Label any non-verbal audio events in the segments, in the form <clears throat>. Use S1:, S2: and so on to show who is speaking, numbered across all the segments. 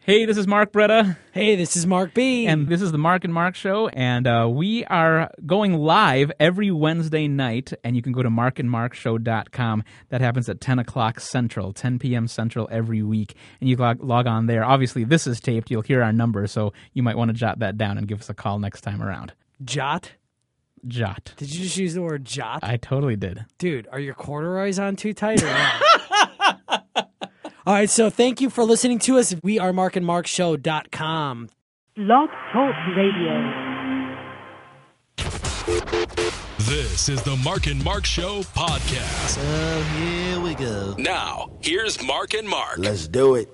S1: Hey, this is Mark Bretta,
S2: Hey, this is Mark B.
S1: and this is the Mark and Mark Show, and uh, we are going live every Wednesday night, and you can go to markandmarkshow.com. That happens at 10 o'clock Central, 10 p.m. Central every week, and you log, log on there. Obviously, this is taped. You'll hear our number, so you might want to jot that down and give us a call next time around.
S2: jot?
S1: Jot.
S2: Did you just use the word jot?
S1: I totally did.
S2: Dude, are your corduroys on too tight or not? <laughs> All right, so thank you for listening to us. We are markandmarkshow.com.
S3: Blog Talk Radio.
S4: This is the Mark and Mark Show podcast.
S5: Oh, here we go.
S4: Now, here's Mark and Mark.
S5: Let's do it.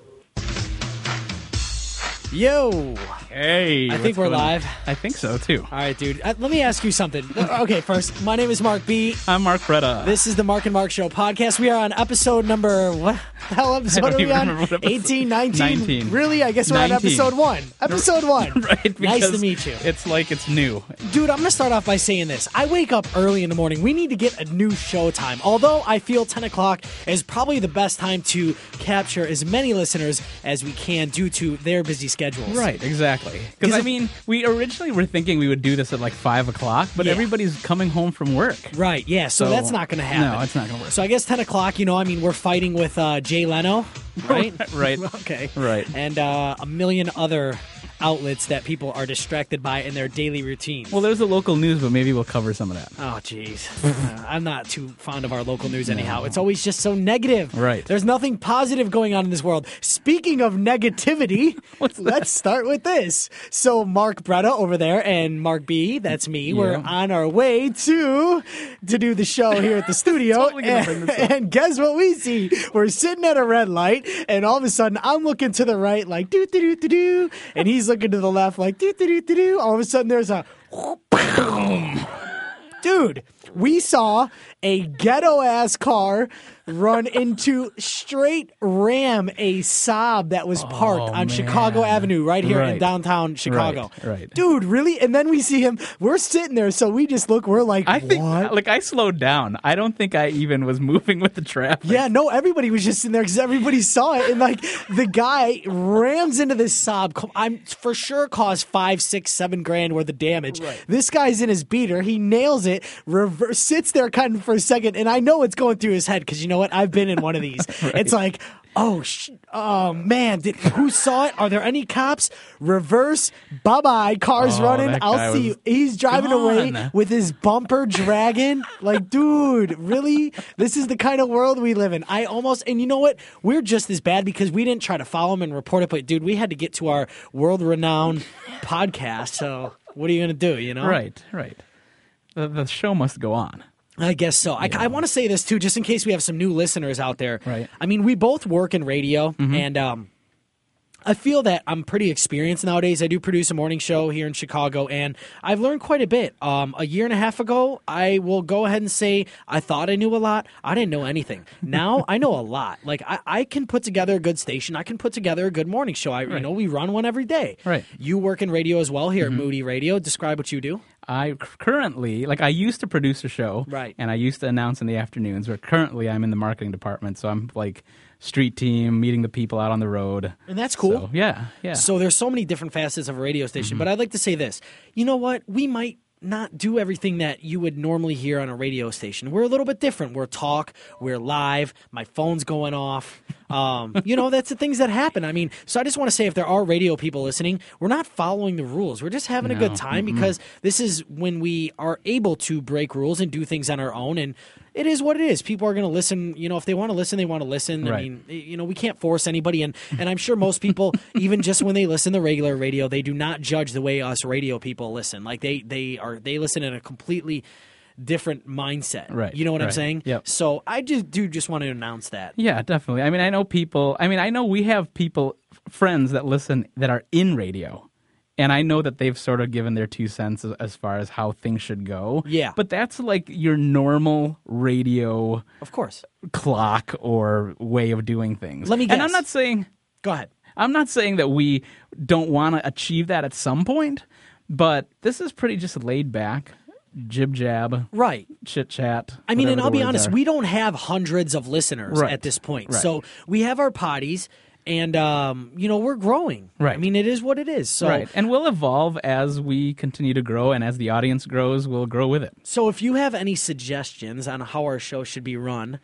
S2: Yo.
S1: Hey.
S2: I
S1: what's
S2: think we're
S1: going on?
S2: live.
S1: I think so, too.
S2: All right, dude. Uh, let me ask
S1: <laughs>
S2: you something. Okay, first, my name is Mark B.
S1: I'm Mark Bretta.
S2: This is the Mark and Mark Show podcast. We are on episode number what the hell
S1: <laughs>
S2: episode
S1: I don't
S2: are we
S1: even
S2: on?
S1: remember what episode-
S2: 18, 19?
S1: 19.
S2: Really? I guess we're on
S1: 19.
S2: episode one. Episode one.
S1: <laughs> <laughs> right,
S2: nice to
S1: because
S2: meet you.
S1: It's like it's new.
S2: Dude, I'm going to start off by saying this. I wake up early in the morning. We need to get a new show time. Although I feel 10 o'clock is probably the best time to capture as many listeners as we can due to their busy
S1: <laughs>
S2: schedules.
S1: Right, exactly.
S2: 'Cause
S1: Because I
S2: if-
S1: mean, we originally were thinking we would do this at like five o'clock, but
S2: Yeah.
S1: everybody's coming home from work.
S2: Right, yeah, so,
S1: So-
S2: that's not going to happen.
S1: no, it's not gonna work.
S2: So I guess 10 o'clock, you know, I mean, we're fighting with uh, Jay Leno, <laughs> <laughs> right?
S1: Right.
S2: okay.
S1: Right.
S2: And uh, a million other outlets that people are distracted by in their daily routine.
S1: Well, there's the local news, but maybe we'll cover some of that.
S2: Oh, jeez. Uh, I'm not too fond of our local
S1: <laughs>
S2: news anyhow. It's always just so negative.
S1: Right.
S2: There's nothing positive going on in this world. Speaking
S1: <laughs>
S2: of negativity, let's start with this. So, Mark Bretta over there and Mark B, that's me, we're
S1: Yeah.
S2: on our way to to do the show here
S1: <laughs>
S2: at the studio.
S1: Totally gonna bring
S2: and,
S1: this up.
S2: and guess what we see? We're sitting at a red light, and all of a sudden, I'm looking to the right, like, doo doo doo doo doo, and he's looking to the left, like, doo doo doo doo doo. All of a sudden, there's a dude, we saw a ghetto ass car
S1: <laughs>
S2: run into straight ram a Saab that was parked
S1: Oh,
S2: on Chicago
S1: man.
S2: Avenue right here in
S1: Right.
S2: downtown Chicago.
S1: Right, right.
S2: Dude, really? And then we see him. We're sitting there, so we just look. We're like,
S1: I think,
S2: what?
S1: like, I slowed down. I don't think I even was <laughs> moving with the traffic.
S2: yeah, no, everybody was just in there because everybody saw it. And like the guy rams into this Saab. Co- I'm for sure caused five, six, seven grand worth of damage. This guy's in his beater. He nails it, rever sits there kind of for a second. And I know it's going through his head because you know what? I've been in one
S1: <laughs>
S2: of these. It's like, oh, sh- oh man, did, who saw it? Are there any cops? Reverse, bye bye. Car's
S1: Oh,
S2: running.
S1: that guy
S2: I'll see
S1: was
S2: you. He's driving away
S1: gone.
S2: <laughs> with his bumper dragging. like, dude, really? This is the kind of world we live in. I almost, and you know what? We're just as bad because we didn't try to follow him and report it, but dude, we had to get to our world renowned <laughs> podcast. So, what are you going to do, you know?
S1: Right, right. The, the show must go on.
S2: I guess so. I, want to say this too, just in case we have some new listeners out there.
S1: Right. Mm-hmm.
S2: I mean, we both work in radio, and um, I feel that I'm pretty experienced nowadays. I do produce a morning show here in Chicago, and I've learned quite a bit. Um, a year and a half ago, I will go ahead and say I thought I knew a lot. I didn't know anything.
S1: <laughs>
S2: Now I know a lot. Like I, I can put together a good station. I can put together a good morning show. I, you know, we run one every day.
S1: Right. Mm-hmm.
S2: You work in radio as well here at Moody Radio. Describe what you do.
S1: I c- currently, like, I used to produce a show,
S2: Right.
S1: And I used to announce in the afternoons. But currently, I'm in the marketing department, so I'm like street team, meeting the people out on the road.
S2: And that's cool.
S1: So, yeah, yeah. Mm-hmm.
S2: So there's so many different facets of a radio station, but I'd like to say this. You know what? We might not do everything that you would normally hear on a radio station. We're a little bit different. We're talk, we're live, my phone's going off.
S1: <laughs>
S2: Um, you know, that's the things that happen. I mean, so I just want to say if there are radio people listening, we're not following the rules. We're just having a good time because this is when we are able to break rules and do things on our own and it is what it is. People are going to listen, you know, if they want to listen, they want to listen. I
S1: Right.
S2: mean, you know we can't force anybody and and i'm sure
S1: <laughs>
S2: most people even just when they listen to regular radio they do not judge the way us radio people listen like they they are they listen in a completely different mindset
S1: Right,
S2: you know what i'm
S1: right.
S2: saying
S1: Yep.
S2: so i just do just want to announce that
S1: Yeah, definitely. I mean, I know people. I mean, I know we have people, f- friends that listen that are in radio, and I know that they've sort of given their two cents as, as far as how things should go.
S2: Yeah.
S1: but that's like your normal radio
S2: of course
S1: clock or way of doing things.
S2: Let me
S1: And I'm
S2: guess.
S1: not saying
S2: go ahead
S1: I'm not saying that we don't want to achieve that at some point, but this is pretty just laid back, jib jab,
S2: right
S1: chit chat.
S2: I mean,
S1: whatever
S2: and
S1: the
S2: I'll be
S1: words
S2: honest,
S1: are.
S2: we don't have hundreds of listeners
S1: Right.
S2: at this point.
S1: Right.
S2: So we have our potties. and um, you know we're growing. I
S1: Right.
S2: mean, it is what it is. So
S1: right. And we'll evolve as we continue to grow, and as the audience grows, we'll grow with it.
S2: So if you have any suggestions on how our show should be run,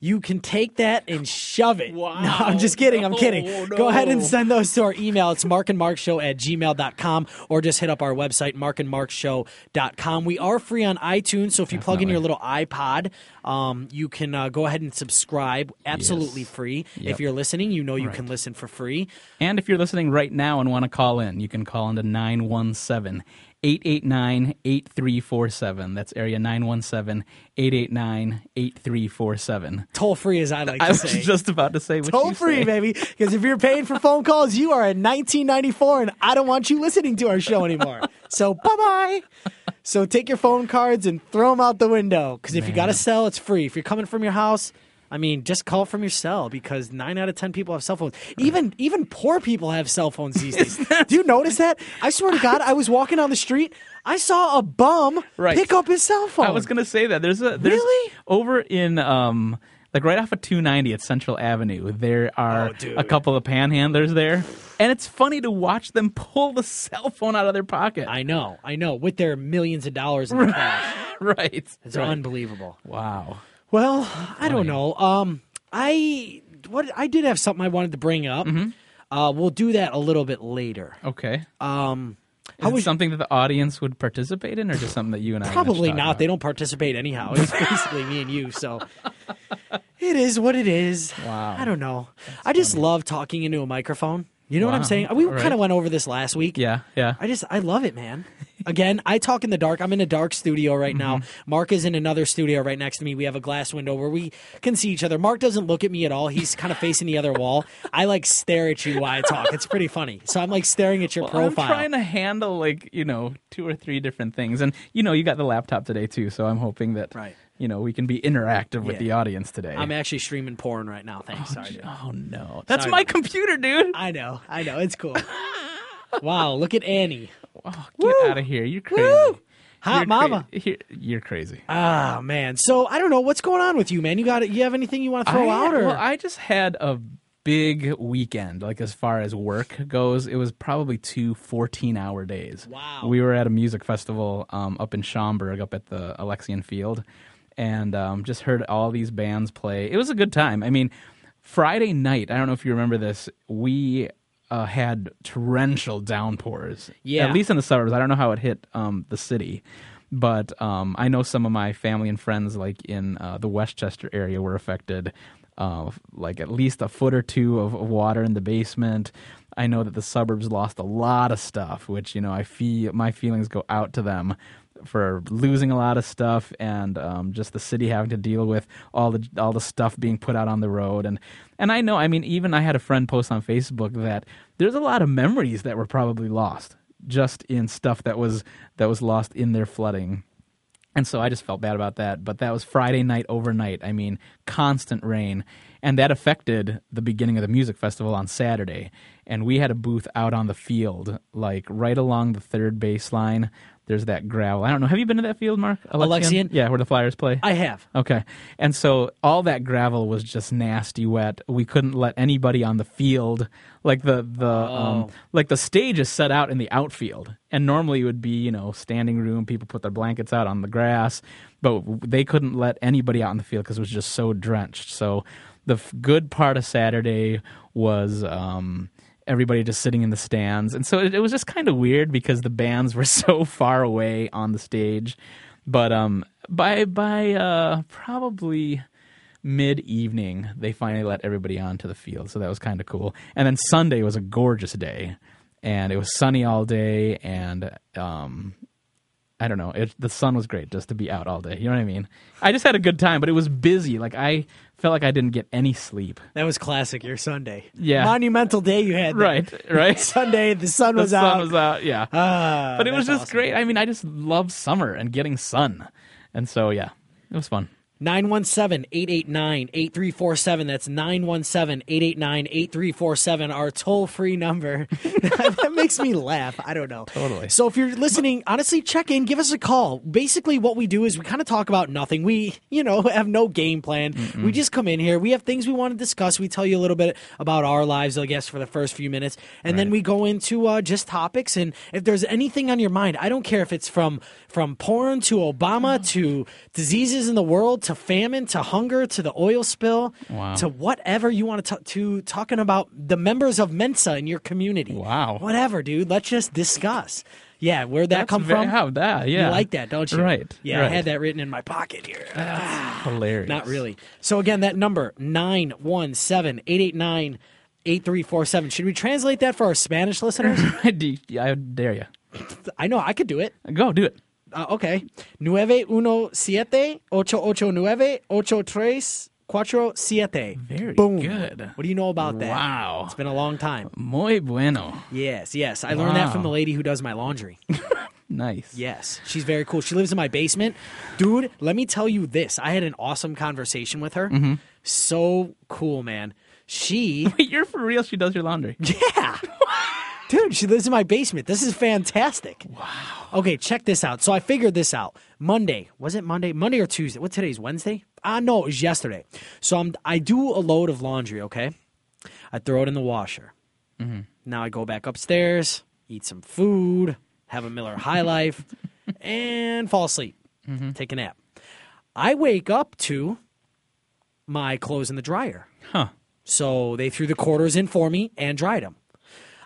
S2: you can take that and shove it. <laughs>
S1: Wow.
S2: No, I'm just kidding. I'm
S1: No,
S2: kidding.
S1: no.
S2: Go ahead and send those to our email. It's markandmarkshow at gmail.com or just hit up our website, markandmarkshow.com. We are free on iTunes, so if you plug in
S1: Definitely.
S2: your little iPod, um, you can uh, go ahead and subscribe absolutely free. If
S1: Yep.
S2: you're listening, you know you can listen for free.
S1: And if you're listening right now and want to call in, you can call into 917 889 8347. That's area 917 889 8347.
S2: Toll free, as I like to
S1: <laughs> I was
S2: say.
S1: just about to say what
S2: toll
S1: you
S2: free,
S1: say.
S2: baby. Because if you're paying for phone calls, you are in 1994, and I don't want you listening to our show anymore. so bye bye. So take your phone cards and throw them out the window. Because if you got to sell, it's free. If you're coming from your house, I mean, just call from your cell because nine out of ten people have cell phones. Even even poor people have cell phones these days. Do you notice that? I swear to God, I was walking down the street. I saw a bum
S1: Right.
S2: pick up his cell phone.
S1: I was gonna say that there's a there's
S2: Really?
S1: over in um like right off of 290 at Central Avenue. There are a couple of panhandlers there, and it's funny to watch them pull the cell phone out of their pocket.
S2: I know, I know. With their millions of dollars in the cash,
S1: <laughs> right?
S2: it's
S1: Right.
S2: unbelievable.
S1: wow.
S2: Well, I don't know. Um, I what I did have something I wanted to bring up.
S1: Mm-hmm.
S2: Uh, we'll do that a little bit later.
S1: Okay.
S2: Um,
S1: Uh, Is it something that the audience would participate in, or just something that you and I
S2: probably
S1: just talk
S2: not. They don't participate anyhow. It's basically me and
S1: <laughs>
S2: you. So it is what it is.
S1: Wow.
S2: I don't know. I just love talking into a microphone. You know what I'm
S1: Wow.
S2: saying? We
S1: Right.
S2: kind of went over this last week.
S1: Yeah, yeah.
S2: I just I love it, man. Again, I talk in the dark. I'm in a dark studio right now.
S1: Mm-hmm.
S2: Mark is in another studio right next to me. We have a glass window where we can see each other. Mark doesn't look at me at all. He's kind of facing the other wall. I like stare at you while I talk. It's pretty funny. So I'm like staring at your profile.
S1: I'm trying to handle like you know two or three different things, and you know you got the laptop today too, so I'm hoping that
S2: Right.
S1: you know we can be interactive with
S2: Yeah.
S1: the audience today.
S2: I'm actually streaming porn right now. Thanks. Sorry. dude.
S1: oh no, that's
S2: Sorry.
S1: my computer, dude.
S2: I know. I know.
S1: <laughs>
S2: It's cool. wow, look at Annie.
S1: Get out of here. You're crazy.
S2: Woo! Hot
S1: You're cra-
S2: mama.
S1: Here- you're crazy.
S2: Ah, man. So I don't know what's going on with you, man. You got it. You have anything you want to throw
S1: I-
S2: out or
S1: Well, I just had a big weekend, like as far as work goes. It was probably two 14 hour days.
S2: Wow.
S1: We were at a music festival um, up in Schaumburg, up at the Alexian Field, and um, just heard all these bands play. It was a good time. I mean, Friday night, I don't know if you remember this, we. Uh, had torrential downpours.
S2: Yeah.
S1: At least in the suburbs. I don't know how it hit um, the city, but um, I know some of my family and friends, like in uh, the Westchester area, were affected. Uh, like at least a foot or two of, of water in the basement. I know that the suburbs lost a lot of stuff, which you know I feel my feelings go out to them for losing a lot of stuff and um, just the city having to deal with all the all the stuff being put out on the road and and I know I mean even I had a friend post on Facebook that there's a lot of memories that were probably lost just in stuff that was that was lost in their flooding. And so I just felt bad about that, but that was Friday night overnight. I mean, constant rain, and that affected the beginning of the music festival on Saturday. And we had a booth out on the field, like right along the third base line. There's that gravel. I don't know. Have you been to that field, Mark?
S2: Alexian?
S1: Yeah, where the Flyers play.
S2: I have.
S1: Okay. And so all that gravel was just nasty wet. We couldn't let anybody on the field. Like the the um, like the stage is set out in the outfield. And normally it would be, you know, standing room, people put their blankets out on the grass, but they couldn't let anybody out in the field cuz it was just so drenched. So the f- good part of Saturday was um everybody just sitting in the stands. And so it, it was just kind of weird because the bands <laughs> were so far away on the stage. But um, by by uh, probably mid evening, they finally let everybody onto the field, so that was kind of cool. And then Sunday was a gorgeous day, and it was sunny all day, and um, I don't know. It, the sun was great just to be out all day. You know what I mean? I just had a good time, but it was busy. Like I felt like I didn't get any sleep.
S2: That was classic. Your Sunday.
S1: Yeah.
S2: Monumental day you had. there.
S1: Right, <laughs> right.
S2: Sunday, the sun
S1: the
S2: was
S1: sun
S2: out.
S1: was out. Yeah.
S2: Ah,
S1: but it was
S2: that's
S1: just
S2: awesome.
S1: great. I mean, I just love summer and getting sun, and so yeah, it was fun.
S2: 917-889-8347 that's 917-889-8347 our toll-free number <laughs> that makes me laugh i don't know totally so if you're listening honestly check in give us a call basically what we do is we kind of talk about nothing we you know <laughs> have no game plan we just come in here we have things we want to discuss we tell you a little bit about our lives i guess for the first few minutes and then we go into uh, just topics and if there's anything on your mind i don't care if it's from from porn to
S1: Mm-hmm.
S2: obama to diseases in the world to famine to hunger to the oil spill
S1: Wow.
S2: to whatever you want to talk to talking about the members of mensa in your community
S1: Wow.
S2: whatever dude let's just discuss yeah where'd that
S1: That's
S2: come
S1: ve-
S2: from
S1: How that? Yeah,
S2: you like that don't you
S1: Right.
S2: yeah i
S1: right.
S2: had that written in my pocket here
S1: Hilarious.
S2: not
S1: <laughs>
S2: really. So again, that number 917-889-8347. Should we translate that for our Spanish
S1: <laughs>
S2: listeners?
S1: I, d- I dare you.
S2: I know I could do it.
S1: Go do it.
S2: Uh, okay. 917-889-8347.
S1: Very
S2: Boom.
S1: good.
S2: What do you know about that?
S1: Wow.
S2: It's been a long time.
S1: Muy bueno.
S2: Yes, yes. I learned that from the
S1: Wow.
S2: lady who does
S1: <laughs>
S2: my laundry.
S1: Nice.
S2: Yes, she's very cool. She lives in my basement. Dude, let me tell you this. I had an awesome conversation with her.
S1: Mm-hmm.
S2: So cool, man.
S1: <laughs>
S2: She,
S1: Wait, you're for real? She does your laundry.
S2: <laughs> yeah. Dude, she lives in my basement. This is fantastic. Wow. Okay, check this out. So I figured this out. Monday, was it Monday? Monday or Tuesday? What today's Wednesday? Ah, no, it was yesterday. So I'm, I do a load of laundry, okay? I throw it in the washer. Now I go back upstairs, eat some food, have a Miller High Life, and fall asleep. Take a nap. I wake up to my clothes in the dryer.
S1: Huh.
S2: So they threw the quarters in for me and dried them.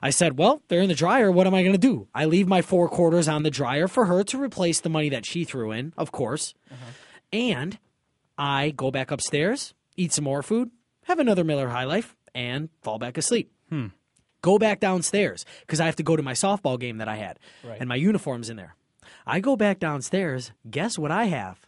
S2: I said, Well, they're in the dryer. What am I going to do? I leave my four quarters on the dryer for her to replace the money that she threw in, of course. And I go back upstairs, eat some more food, have another Miller High Life, and fall back asleep. Go back downstairs because I have to go to my softball game that I had, and my uniform's in there. I go back downstairs. Guess what I have?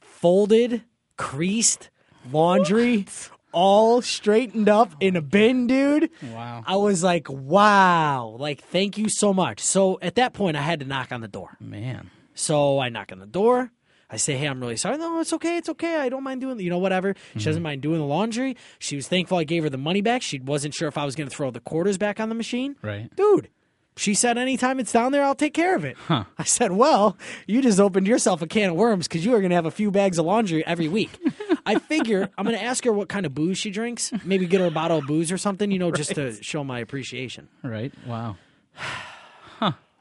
S2: Folded, creased laundry, all straightened up in a bin, dude.
S1: Wow.
S2: I was like, wow. Like, thank you so much. So at that point, I had to knock on the door.
S1: <laughs> Man.
S2: So I knock on the door. I say, hey, I'm really sorry. No, it's okay. It's okay. I don't mind doing, you know, whatever. She doesn't mind doing the laundry. She was thankful I gave her the money back. She wasn't sure if I was going to throw the quarters back on the machine.
S1: Right.
S2: Dude, she said, anytime it's down there, I'll take care of it. I said, well, you just opened yourself a can of worms because you are going to have a few bags of laundry every week.
S1: <laughs>
S2: I figure I'm going to ask her what kind of booze she drinks. Maybe get her a bottle of booze or something, you know, just to show my appreciation.
S1: Right. Wow.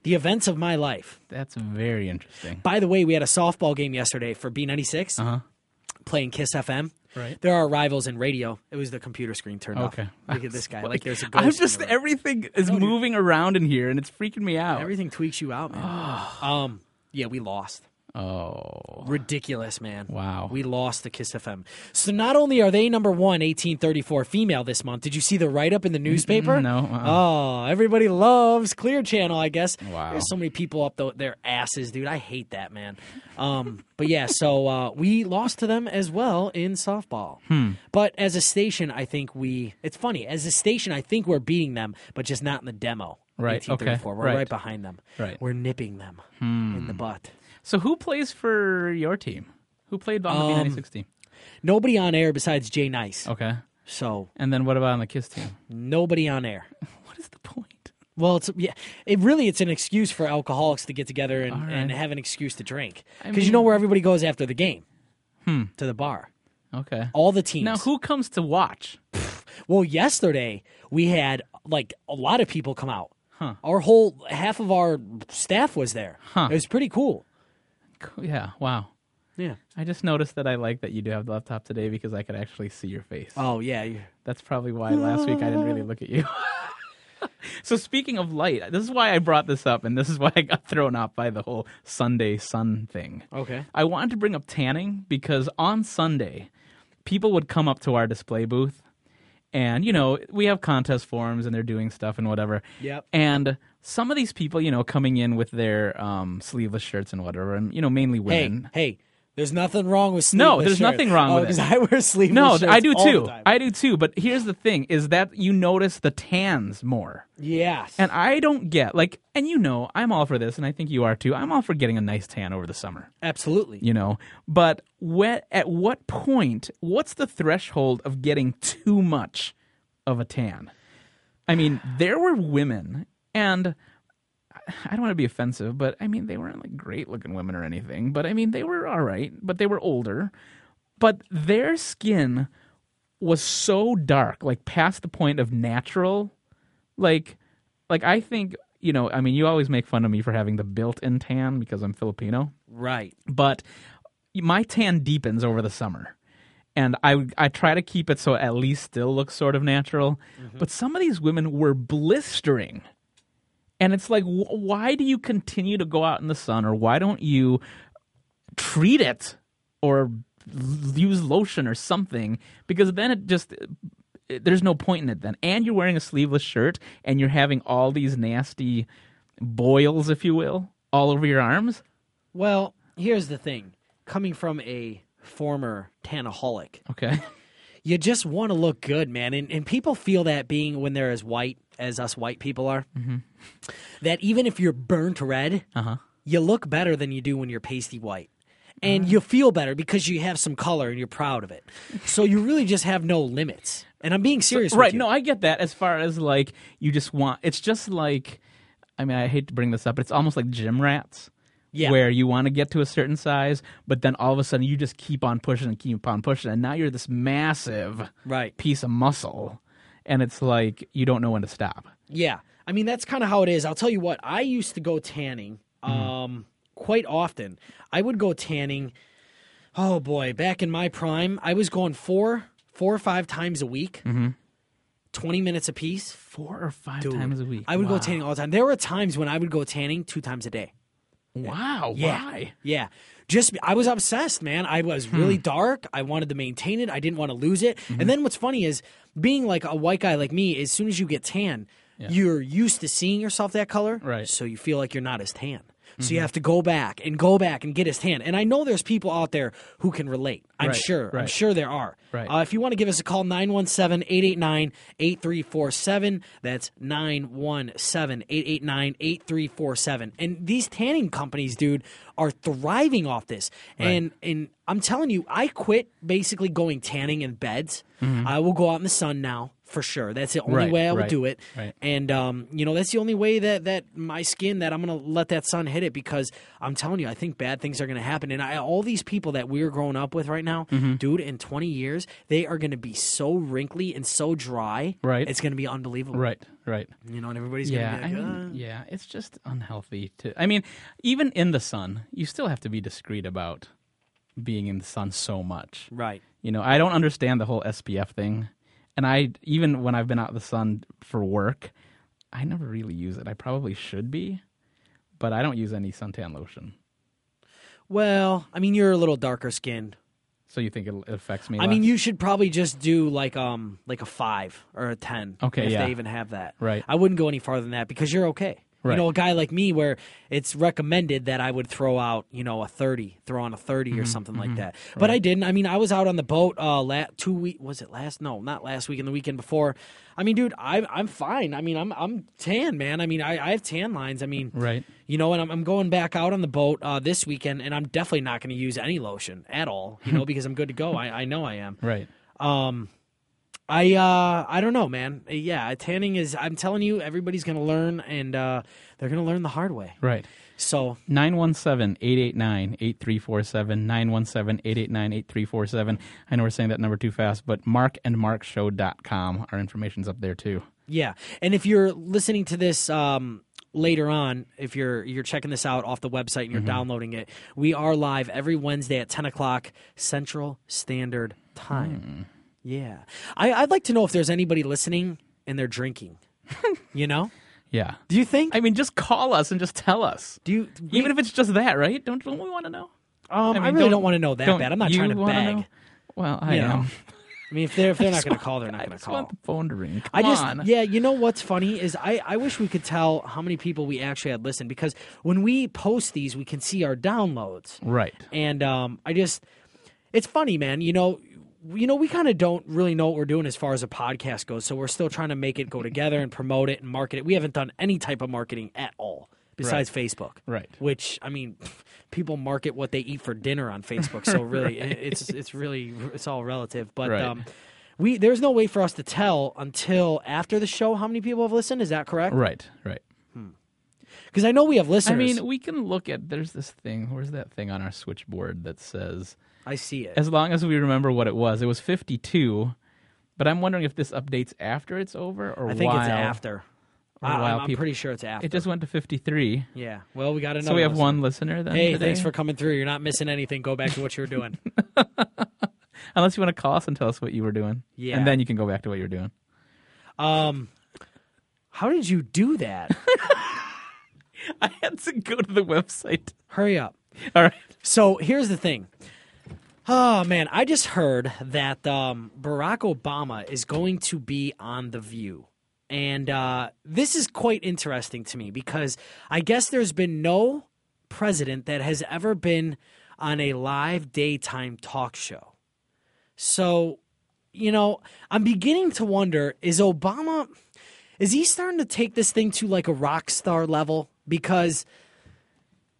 S2: The events of my life.
S1: That's very interesting.
S2: By the way, we had a softball game yesterday for B96
S1: Uh huh.
S2: playing Kiss FM.
S1: Right.
S2: There are rivals in radio. It was the computer screen turned
S1: Okay.
S2: off. Look at
S1: <laughs>
S2: this guy. Like there's a
S1: <laughs>
S2: ghost.
S1: I'm
S2: in
S1: just
S2: the room.
S1: everything is moving around in here, and it's freaking me out.
S2: everything tweaks you
S1: <sighs>
S2: out, man. um, yeah, we lost.
S1: oh.
S2: Ridiculous, man.
S1: Wow.
S2: We lost to Kiss FM. So not only are they number one, 1834 female this month, did you see the write up in the newspaper?
S1: no, uh-uh.
S2: Oh, everybody loves Clear Channel, I guess.
S1: Wow.
S2: There's so many people up tho- their asses, dude. I hate that, man. Um, <laughs> but yeah, so uh, we lost to them as well in softball.
S1: Hmm.
S2: But as a station, I think we, it's funny, as a station, I think we're beating them, but just not in the demo.
S1: Right, okay,
S2: 1834. We're
S1: right.
S2: right. behind them.
S1: Right. Hmm.
S2: We're nipping them in the butt.
S1: So who plays for your team? Who played on the B96 team?
S2: Nobody on air besides Jay Nice.
S1: Okay.
S2: So
S1: And then what about on the Kiss team?
S2: nobody on air.
S1: What is the point?
S2: Well, it's yeah. It really it's an excuse for alcoholics to get together and,
S1: All right.
S2: and have an excuse to drink because
S1: mean-
S2: you know where everybody goes after the game to the bar.
S1: Okay.
S2: All the teams.
S1: Now who comes to watch?
S2: Well, yesterday we had like a lot of people come out. Our whole half of our staff was there. It was pretty cool.
S1: Cool, Yeah. Wow.
S2: Yeah.
S1: I just noticed that I like that you do have the laptop today because I could actually see your face.
S2: Oh yeah. you-
S1: That's probably why last week I didn't really look at you. <laughs> so speaking of light, this is why I brought this up, and this is why I got thrown off by the whole Sunday sun thing.
S2: Okay.
S1: I wanted to bring up tanning because on Sunday, people would come up to our display booth, and you know we have contest forms, and they're doing stuff and whatever.
S2: Yep.
S1: And some of these people, you know, coming in with their um, sleeveless shirts and whatever, and you know mainly
S2: Hey,
S1: women.
S2: hey. There's nothing wrong with sleeveless
S1: No, there's
S2: shirts.
S1: nothing wrong
S2: Oh,
S1: with it.
S2: because I wear sleeveless
S1: No,
S2: shirts
S1: I do
S2: all the
S1: too.
S2: time.
S1: I do too. But here's the thing: is that you notice the tans more,
S2: yes.
S1: and I don't get like, and you know, I'm all for this, and I think you are too. I'm all for getting a nice tan over the summer,
S2: Absolutely.
S1: you know. But when, at what point? What's the threshold of getting too much of a tan? I mean, there were women, and I don't want to be offensive, but I mean, they weren't like great looking women or anything, but I mean, they were all right, but they were older. But their skin was so dark, like past the point of natural. Like, like I think, you know, I mean, you always make fun of me for having the built in tan because I'm Filipino,
S2: Right.
S1: but my tan deepens over the summer. And I, I try to keep it so it at least still looks sort of natural. But some of these women were blistering. And it's like, wh- why do you continue to go out in the sun, or why don't you treat it, or l- use lotion or something? Because then it just it- there's no point in it then. And you're wearing a sleeveless shirt, and you're having all these nasty boils, if you will, all over your arms.
S2: Well, here's the thing. Coming from a former tanaholic,
S1: Okay, <laughs>
S2: you just want to look good, man. And, and people feel that being when they're as white as us white people are, that even if you're burnt red,
S1: Mm-hmm. Uh-huh.
S2: you look better than you do when you're pasty white.
S1: Ah.
S2: And you feel better because you have some color and you're proud of it. So you really just have no limits. And I'm being serious, with
S1: right?
S2: you.
S1: No, I get that. As far as like you just want, it's just like, I mean, I hate to bring this up, but it's almost like gym rats.
S2: yeah,
S1: where you want to get to a certain size, but then all of a sudden you just keep on pushing and keep on pushing, and now you're this massive
S2: right,
S1: piece of muscle, and it's like you don't know when to stop.
S2: yeah. I mean, that's kind of how it is. I'll tell you what. I used to go tanning,
S1: Mm.
S2: um, quite often. I would go tanning. Oh boy, back in my prime, I was going four, four or five times a week, twenty minutes a piece.
S1: Four or Mm-hmm. five times a week.
S2: I would
S1: wow.
S2: go tanning all the time. There were times when I would go tanning two times a day.
S1: Wow.
S2: Yeah.
S1: Why?
S2: Yeah. Just I was obsessed, man. I was
S1: Hmm.
S2: really dark. I wanted to maintain it. I didn't want to lose it.
S1: Mm-hmm.
S2: And then what's funny is being like a white guy like me, as soon as you get tan, you're used to seeing yourself that color.
S1: Right. Mm-hmm.
S2: So you feel like you're not as tan. So you have to go back and go back and get as tan. And I know there's people out there who can relate. I'm
S1: Right,
S2: sure. I'm
S1: right.
S2: sure there are.
S1: Right.
S2: Uh, if you want to give us a call, 917 889 8347. That's 917 889 8347. And these tanning companies, dude, are thriving off this. And, and I'm telling you, I quit basically going tanning in beds. I will go out in the sun now. For sure, that's the only
S1: Mm-hmm. Right,
S2: way I will
S1: right,
S2: do it,
S1: right.
S2: and um, you know that's the only way that that my skin that I'm gonna let that sun hit it because I'm telling you, I think bad things are gonna happen, and I, all these people that we're growing up with right now,
S1: Mm-hmm.
S2: dude, in 20 years they are gonna be so wrinkly and so dry,
S1: Right.
S2: It's gonna be unbelievable,
S1: Right. Right.
S2: You know, and everybody's
S1: Yeah.
S2: gonna
S1: I
S2: be like, "Uh."
S1: mean, yeah. It's just unhealthy to. I mean, even in the sun, you still have to be discreet about being in the sun so much.
S2: "Ah." right,
S1: You know, I don't understand the whole SPF thing. And I even when I've been out in the sun for work, I never really use it. I probably should be, but I don't use any suntan lotion.
S2: well, I mean, you're a little darker skinned.
S1: So you think it it affects me?
S2: I mean,
S1: less?
S2: you should probably just do like um like a five or a ten.
S1: Okay,
S2: if
S1: yeah.
S2: they even have that.
S1: Right.
S2: I wouldn't go any farther than that because you're okay.
S1: Right.
S2: You know, a guy like me where it's recommended that I would throw out you know a thirty, throw on a 30
S1: Mm-hmm.
S2: or something like that. But I didn't. I mean, I was out on the boat uh la- two week was it last? No, not last week. And the weekend before. I mean, dude, I I'm fine. I mean, I'm I'm tan, man. I mean, I I have tan lines. I mean,
S1: Right.
S2: you know, and I'm, I'm going back out on the boat uh, this weekend, and I'm definitely not going to use any lotion at all, you know, because I'm good to go. I, I know I am.
S1: Right.
S2: Um, I uh, I don't know, man. Yeah, tanning is. I'm telling you, everybody's going to learn, and uh, they're going to learn the hard way.
S1: Right.
S2: So
S1: 917-889-8347 917-889-8347 i know we're saying that number too fast but markandmarkshow.com our information's up there too
S2: Yeah, and if you're listening to this um, later on, if you're you're checking this out off the website
S1: Mm-hmm.
S2: and you're downloading it, we are live every Wednesday at 10 o'clock Central Standard
S1: Mm.
S2: Time. Yeah, I, I'd like to know if there's anybody listening and they're drinking. <laughs> you know,
S1: yeah
S2: do you think?
S1: i mean just call us and just tell us
S2: do you
S1: even if it's just that right don't, don't we want to know
S2: Um, I,
S1: mean,
S2: really don't, want to know that
S1: don't
S2: bad. I'm not
S1: you
S2: trying to
S1: wanna
S2: bag.
S1: know? Well, I
S2: You
S1: am.
S2: know. I mean, if they're if they're not going to call, they're not
S1: I
S2: going to
S1: just
S2: call.
S1: want the phone to ring.
S2: I
S1: Come
S2: just,
S1: on.
S2: yeah, you know what's funny is I, I wish we could tell how many people we actually had listened because when we post these, we can see our downloads.
S1: Right.
S2: And um, I just, it's funny, man. You know, you know, we kind of don't really know what we're doing as far as a podcast goes, so we're still trying to make it go together and promote it and market it. We haven't done any type of marketing at all besides Facebook,
S1: Right.
S2: Which I mean, people market what they eat for dinner on
S1: <laughs>
S2: Facebook, so really, it- it's it's really it's all relative. But
S1: Right.
S2: um, we there's no way for us to tell until after the show how many people have listened. Is that correct?
S1: Right. Right.
S2: Because I know we have
S1: I
S2: listeners.
S1: mean, we can look at. There's this thing. Where's that thing on our switchboard that says?
S2: I see it.
S1: As long as we remember what it was, it was 52. But I'm wondering if this updates after it's over or
S2: I think
S1: while.
S2: it's after.
S1: or
S2: I,
S1: while
S2: am
S1: people-
S2: pretty sure it's after.
S1: It just went to 53.
S2: Yeah. Well, we got another.
S1: So we have
S2: listener.
S1: one listener then.
S2: Hey,
S1: today?
S2: thanks for coming through. You're not missing anything. Go back to what you
S1: <laughs>
S2: were doing.
S1: Unless you want to call us and tell us what you were doing.
S2: Yeah.
S1: And then you can go back to what you were doing. <laughs>
S2: Um, how did you
S1: <laughs>
S2: do that?
S1: I had to go to the website.
S2: Hurry up.
S1: All right.
S2: So here's the thing. Oh man, I just heard that um, Barack Obama is going to be on The View. And uh, this is quite interesting to me because I guess there's been no president that has ever been on a live daytime talk show. So, you know, I'm beginning to wonder is Obama, is he starting to take this thing to like a rock star level? Because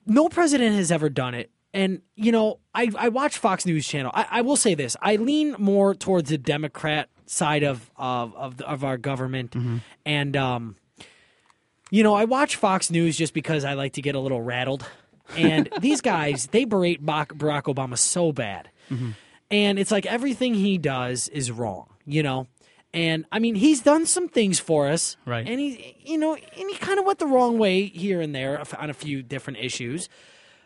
S2: no president has ever done it. And, you know, I, I watch Fox News Channel. I, I will say this I lean more towards the Democrat side of, of, of, the, of our government. And, um, you know, I watch Fox News just because I like to get a little rattled. And these guys, they berate Ba- Barack Obama so bad. And it's like everything he does is wrong, you know? And I mean, he's done some things for us.
S1: Right.
S2: And he, you know, and he kind of went the wrong way here and there on a few different issues.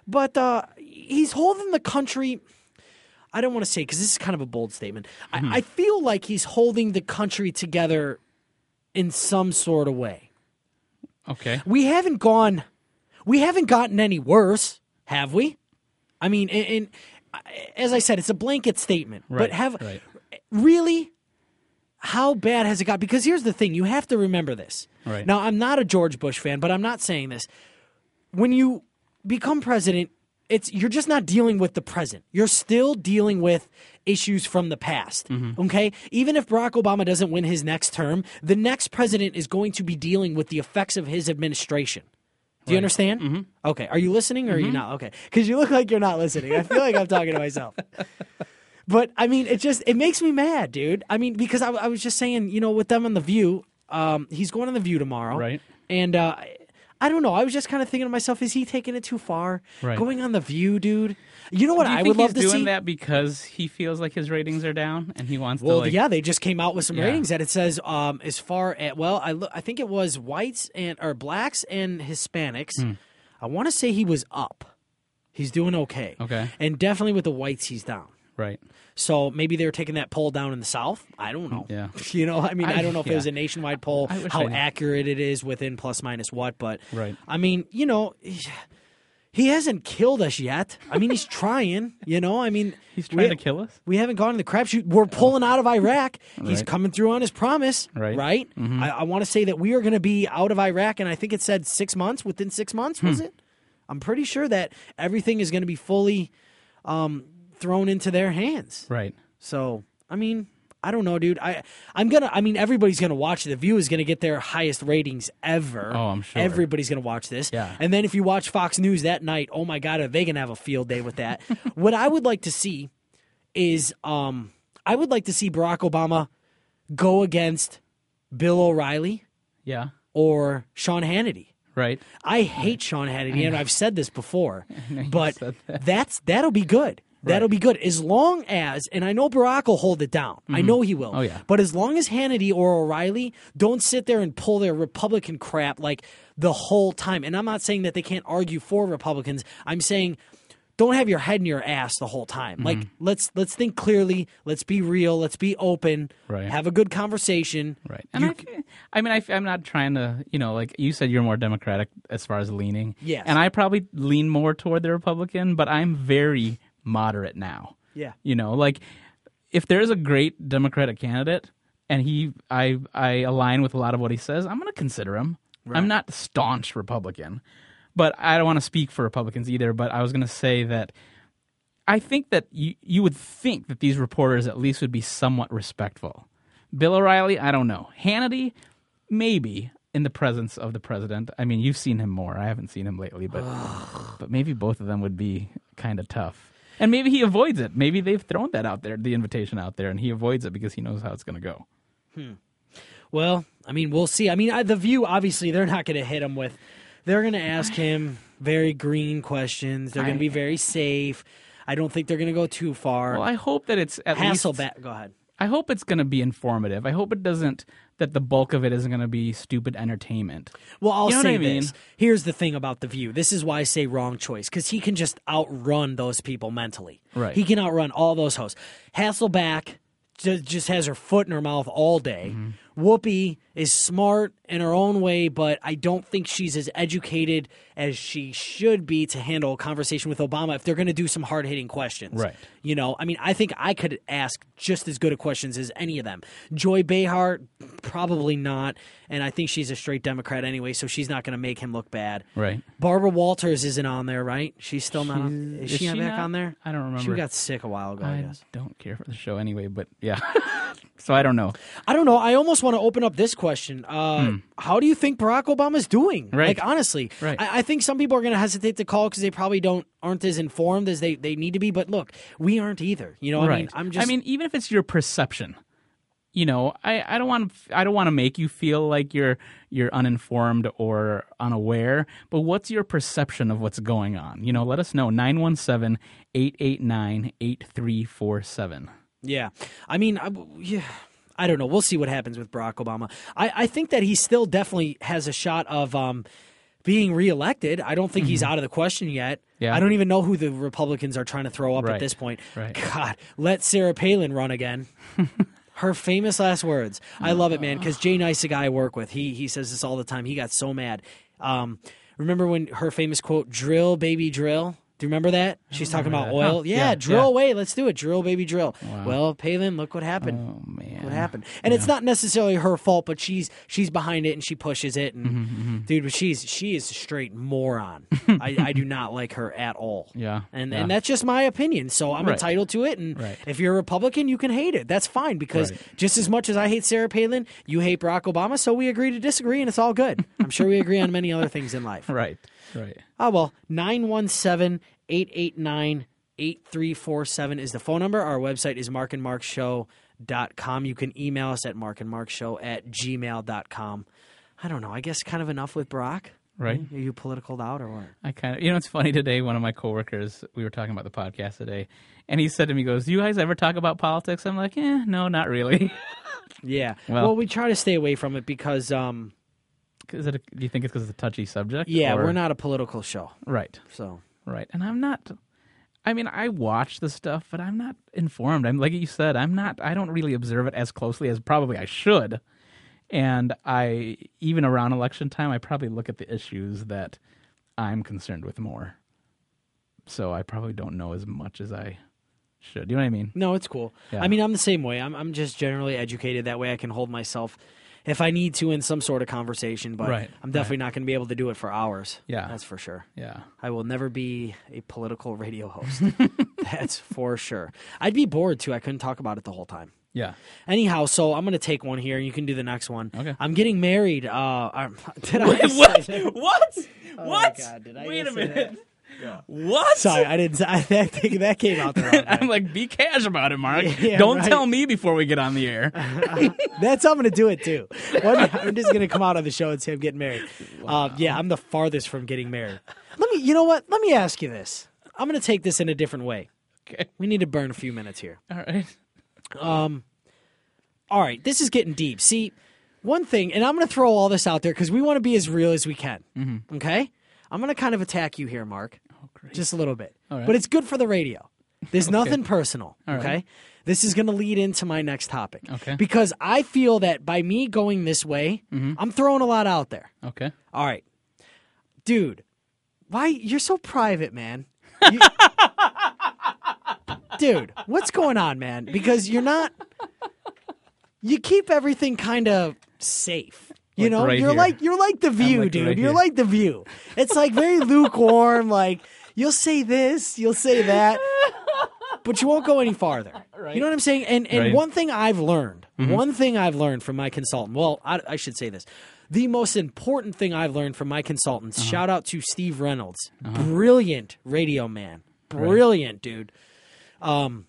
S2: But uh, he's holding the country. I don't want to say because this is kind of a bold statement. I, I feel like he's holding the country together in some sort of way
S1: Okay.
S2: we haven't gone we haven't gotten any worse have we i mean and, and uh, as i said it's a blanket statement but
S1: Right,
S2: have
S1: right.
S2: really how bad has it got because here's the thing you have to remember this
S1: Right.
S2: now i'm not a george bush fan but i'm not saying this when you become president it's you're just not dealing with the present you're still dealing with issues from the past okay even if barack obama doesn't win his next term the next president is going to be dealing with the effects of his administration do you understand? Mm-hmm. Okay. Are you listening or are you not? Okay. Because you look like you're not listening. I feel like I'm talking to myself. But I mean, it just it makes me mad, dude. I mean, because I, I was just saying, you know, with them on the View, um, he's going on the View tomorrow,
S1: Right.
S2: And uh, I- I don't know. I was just kind of thinking to myself, is he taking it too far?
S1: Right.
S2: Going on the View, dude. You know what
S1: Do you
S2: I
S1: think
S2: would love
S1: he's
S2: to
S1: doing
S2: see?
S1: that because he feels like his ratings are down and he wants
S2: Well,
S1: to like
S2: yeah, they just came out with some
S1: Yeah.
S2: ratings that it says um, as far at well, I look, I think it was whites and or blacks and Hispanics.
S1: Hmm.
S2: I want to say he was up. He's doing okay.
S1: Okay.
S2: and definitely with the whites, he's down.
S1: right.
S2: So maybe they were taking that poll down in the South. I don't know.
S1: Yeah.
S2: <laughs> You know, I mean, I,
S1: I-
S2: don't know if it
S1: yeah.
S2: was a nationwide poll,
S1: I wish I
S2: how
S1: knew.
S2: accurate it is within plus minus what, but
S1: Right.
S2: I mean, you know, he hasn't killed us yet. I mean, he's <laughs> trying, you know, I mean,
S1: He's trying to kill us?
S2: We haven't gone in the crapshoot. We're pulling out of Iraq. He's
S1: Right.
S2: coming through on his promise,
S1: Right. Mm-hmm.
S2: Right? I, I want to say that we are going to be out of Iraq, and I think it said six months. Within six months, was
S1: Hmm.
S2: it? I'm pretty sure that everything is going to be fully um, thrown into their hands.
S1: Right.
S2: So I mean, I don't know, dude. I I'm gonna. I mean, everybody's gonna watch. The View is gonna get their highest ratings ever.
S1: Oh, I'm sure.
S2: everybody's gonna watch this.
S1: Yeah.
S2: And then if you watch Fox News that night, oh my God, are they gonna have a field day
S1: <laughs>
S2: with that? what I would like to see is, um, I would like to see Barack Obama go against Bill O'Reilly
S1: Yeah.
S2: or Sean Hannity.
S1: Right.
S2: I hate Sean Hannity, and I've said this
S1: <laughs>
S2: before, but
S1: said
S2: that's that'll be good. That'll be good as long as, and I know Barack will hold it down. I know he will.
S1: Oh, yeah.
S2: But as long as Hannity or O'Reilly don't sit there and pull their Republican crap like the whole time, and I'm not saying that they can't argue for Republicans. I'm saying don't have your head in your ass the whole time. Like
S1: Mm-hmm.
S2: let's let's think clearly. Let's be real. Let's be open.
S1: Right.
S2: Have a good conversation.
S1: Right. And I, f- I mean, I, f- I'm not trying to, you know, like you said, you're more Democratic as far as leaning.
S2: Yes.
S1: And I probably lean more toward the Republican, but I'm very moderate now.
S2: Yeah.
S1: You know, like if there is a great Democratic candidate and he I I align with a lot of what he says, I'm going to consider him. I'm not staunch Republican, but I don't want to speak for Republicans either. But I was going to say that I think that you you would think that these reporters at least would be somewhat respectful. Bill O'Reilly, I don't know. Hannity, maybe in the presence of the president. I mean, you've seen him more. I haven't seen him lately, but but maybe both of them would be kind of tough. And maybe he avoids it. Maybe they've thrown that out there, the invitation out there, and he avoids it because he knows how it's going to go.
S2: Well, I mean, we'll see. I mean, I, the View obviously they're not going to hit him with. They're going to ask him very green questions. They're going to be very safe. I don't think they're going to go too far.
S1: Well, I hope that it's at least
S2: Hasselbeck, go ahead.
S1: I hope it's going to be informative. I hope it doesn't that the bulk of it isn't going to be stupid entertainment.
S2: Well, I'll
S1: You know what
S2: say
S1: I mean?
S2: this. Here's the thing about the View. This is why I say wrong choice because he can just outrun those people mentally.
S1: Right.
S2: He can outrun all those hosts. Hasselback ju- just has her foot in her mouth all day.
S1: Mm-hmm.
S2: Whoopi is smart in her own way, but I don't think she's as educated as she should be to handle a conversation with Obama if they're going to do some hard hitting questions.
S1: Right.
S2: You know, I mean, I think I could ask just as good of questions as any of them. Joy Behar, probably not. And I think she's a straight Democrat anyway, so she's not going to make him look bad.
S1: Right.
S2: Barbara Walters isn't on there, right? She's still not on.
S1: She's-
S2: Is,
S1: is
S2: she,
S1: she
S2: back
S1: not?
S2: on there?
S1: I don't
S2: She
S1: remember.
S2: got sick a while ago, I,
S1: I
S2: guess.
S1: don't care for the show anyway, but yeah. <laughs> so I don't know.
S2: I don't know. I almost want to open up this question. Uh, How do you think Barack Obama's doing?
S1: Hmm. Right.
S2: Like, honestly,
S1: Right.
S2: I, I think some people are going to hesitate to call because they probably don't aren't as informed as they, they need to be. But look, we aren't either. You know, what I mean, I'm
S1: I
S2: just.
S1: mean, even if it's your perception, you know, I, I don't want to. I don't want to make you feel like you're you're uninformed or unaware. But what's your perception of what's going on? You know, let us know 917-889-8347.
S2: Yeah, I mean, I, yeah, I don't know. We'll see what happens with Barack Obama. I, I think that he still definitely has a shot of um, being reelected. I don't think he's out of the question yet.
S1: Mm-hmm. Yeah.
S2: I don't even know who the Republicans are trying to throw up
S1: Right.
S2: at this point.
S1: Right.
S2: God, let Sarah Palin
S1: <laughs>
S2: run again. Her famous last words. I love it, man, because Jay Nice, a guy I work with, he he says this all the time. He got so mad. Um, remember when her famous quote, "Drill, baby, drill." Do you remember that? She's talking about
S1: that.
S2: oil.
S1: Huh.
S2: Yeah,
S1: Yeah,
S2: drill
S1: yeah.
S2: away. Let's do it. Drill, baby, drill. Well, Palin, look what happened.
S1: Oh man,
S2: What happened? And it's not necessarily her fault, but she's she's behind it and she pushes it.
S1: Mm-hmm,
S2: And dude, but she's she is a
S1: <laughs>
S2: straight moron. I, I do not like her at all.
S1: Yeah,
S2: and
S1: yeah.
S2: and that's just my opinion. So I'm
S1: Right.
S2: entitled to it. And
S1: Right.
S2: if you're a Republican, you can hate it. That's fine because
S1: Right.
S2: just as much as I hate Sarah Palin, you hate Barack Obama. So we agree to disagree, and it's
S1: <laughs>
S2: all good. I'm sure we agree on many other things in life.
S1: Right, right.
S2: Oh, well, 917 889 8347 is the phone number. Our website is markandmarkshow.com. You can email us at markandmarkshow at gmail.com. I don't know. I guess kind of enough with Barack.
S1: Right.
S2: Are you political out or what?
S1: I kind of, you know, it's funny today. One of my coworkers, we were talking about the podcast today, and he said to me, he "Goes, do you guys ever talk about politics?" I'm like, "Eh, no, not really." <laughs>
S2: Yeah.
S1: Well-
S2: Well, we try to stay away from it because, um,
S1: Is it? A, do you think it's because it's a touchy subject?
S2: yeah,
S1: or-
S2: we're not a political show.
S1: right.
S2: So,
S1: Right. And I'm not I mean, I watch the stuff, but I'm not informed. I'm like you said, I'm not I don't really observe it as closely as probably I should. And I even around election time, I probably look at the issues that I'm concerned with more. So I probably don't know as much as I should. You know what I mean?
S2: no, it's cool.
S1: Yeah.
S2: I mean, I'm the same way. I'm, I'm just generally educated. That way I can hold myself if I need to in some sort of conversation, but
S1: Right,
S2: I'm definitely not going to be able to do it for hours.
S1: Yeah.
S2: That's for sure.
S1: Yeah.
S2: I will never be a political radio
S1: <laughs>
S2: host. That's for sure. I'd be bored too. I couldn't talk about it the whole time.
S1: Yeah.
S2: Anyhow, so I'm going to take one here and you can do the next one.
S1: Okay.
S2: I'm getting married. Uh, <laughs> I'm, did I what? <laughs>
S1: What?
S2: What? Oh God, did I
S1: Wait
S2: Wait just
S1: a
S2: a say minute.
S1: minute. What?
S2: Sorry, I didn't. <laughs> I, that, thing- that came out the wrong way.
S1: I'm like, be cash about it, Mark.
S2: <laughs> Yeah,
S1: Don't
S2: right.
S1: tell me before we get on the
S2: <laughs>
S1: air.
S2: That's how I'm going to do it too. One, I'm just going to come out on the show and say I'm getting married. Uh, yeah, I'm the farthest from getting married. Let me. You know what? Let me ask you this. I'm going to take this in a different way.
S1: Okay.
S2: We need to burn a few minutes here.
S1: All right.
S2: All right, this is getting deep. See, one thing, and I'm going to throw all this out there because we want to be as real as we can.
S1: Mm-hmm.
S2: Okay? I'm going to kind of attack you here, Mark. Just a little bit.
S1: Oh, All right.
S2: But it's good for the radio.
S1: <laughs>
S2: There's nothing personal.
S1: All right.
S2: Okay? This is going to lead into my next topic.
S1: Okay. Mm-hmm.
S2: Because I feel that by me going this way, I'm throwing a lot out there.
S1: Okay.
S2: All right. Dude, why? You're so private, man. You- <laughs> dude, what's going on, man? Because you're not. You keep everything kind of safe. You
S1: Like
S2: know,
S1: right
S2: you're
S1: here.
S2: like you're like the view,
S1: like
S2: dude.
S1: right
S2: you're
S1: here.
S2: like the view. It's like
S1: <laughs>
S2: very lukewarm. Like you'll say this, you'll say that, but you won't go any farther. You know what I'm saying? And and
S1: Right. Mm-hmm.
S2: one thing I've learned, one thing I've learned from my consultant. Well, I, I should say this. The most important thing I've learned from my consultants.
S1: Uh-huh.
S2: Shout out to Steve Reynolds, brilliant radio man, brilliant dude. Um,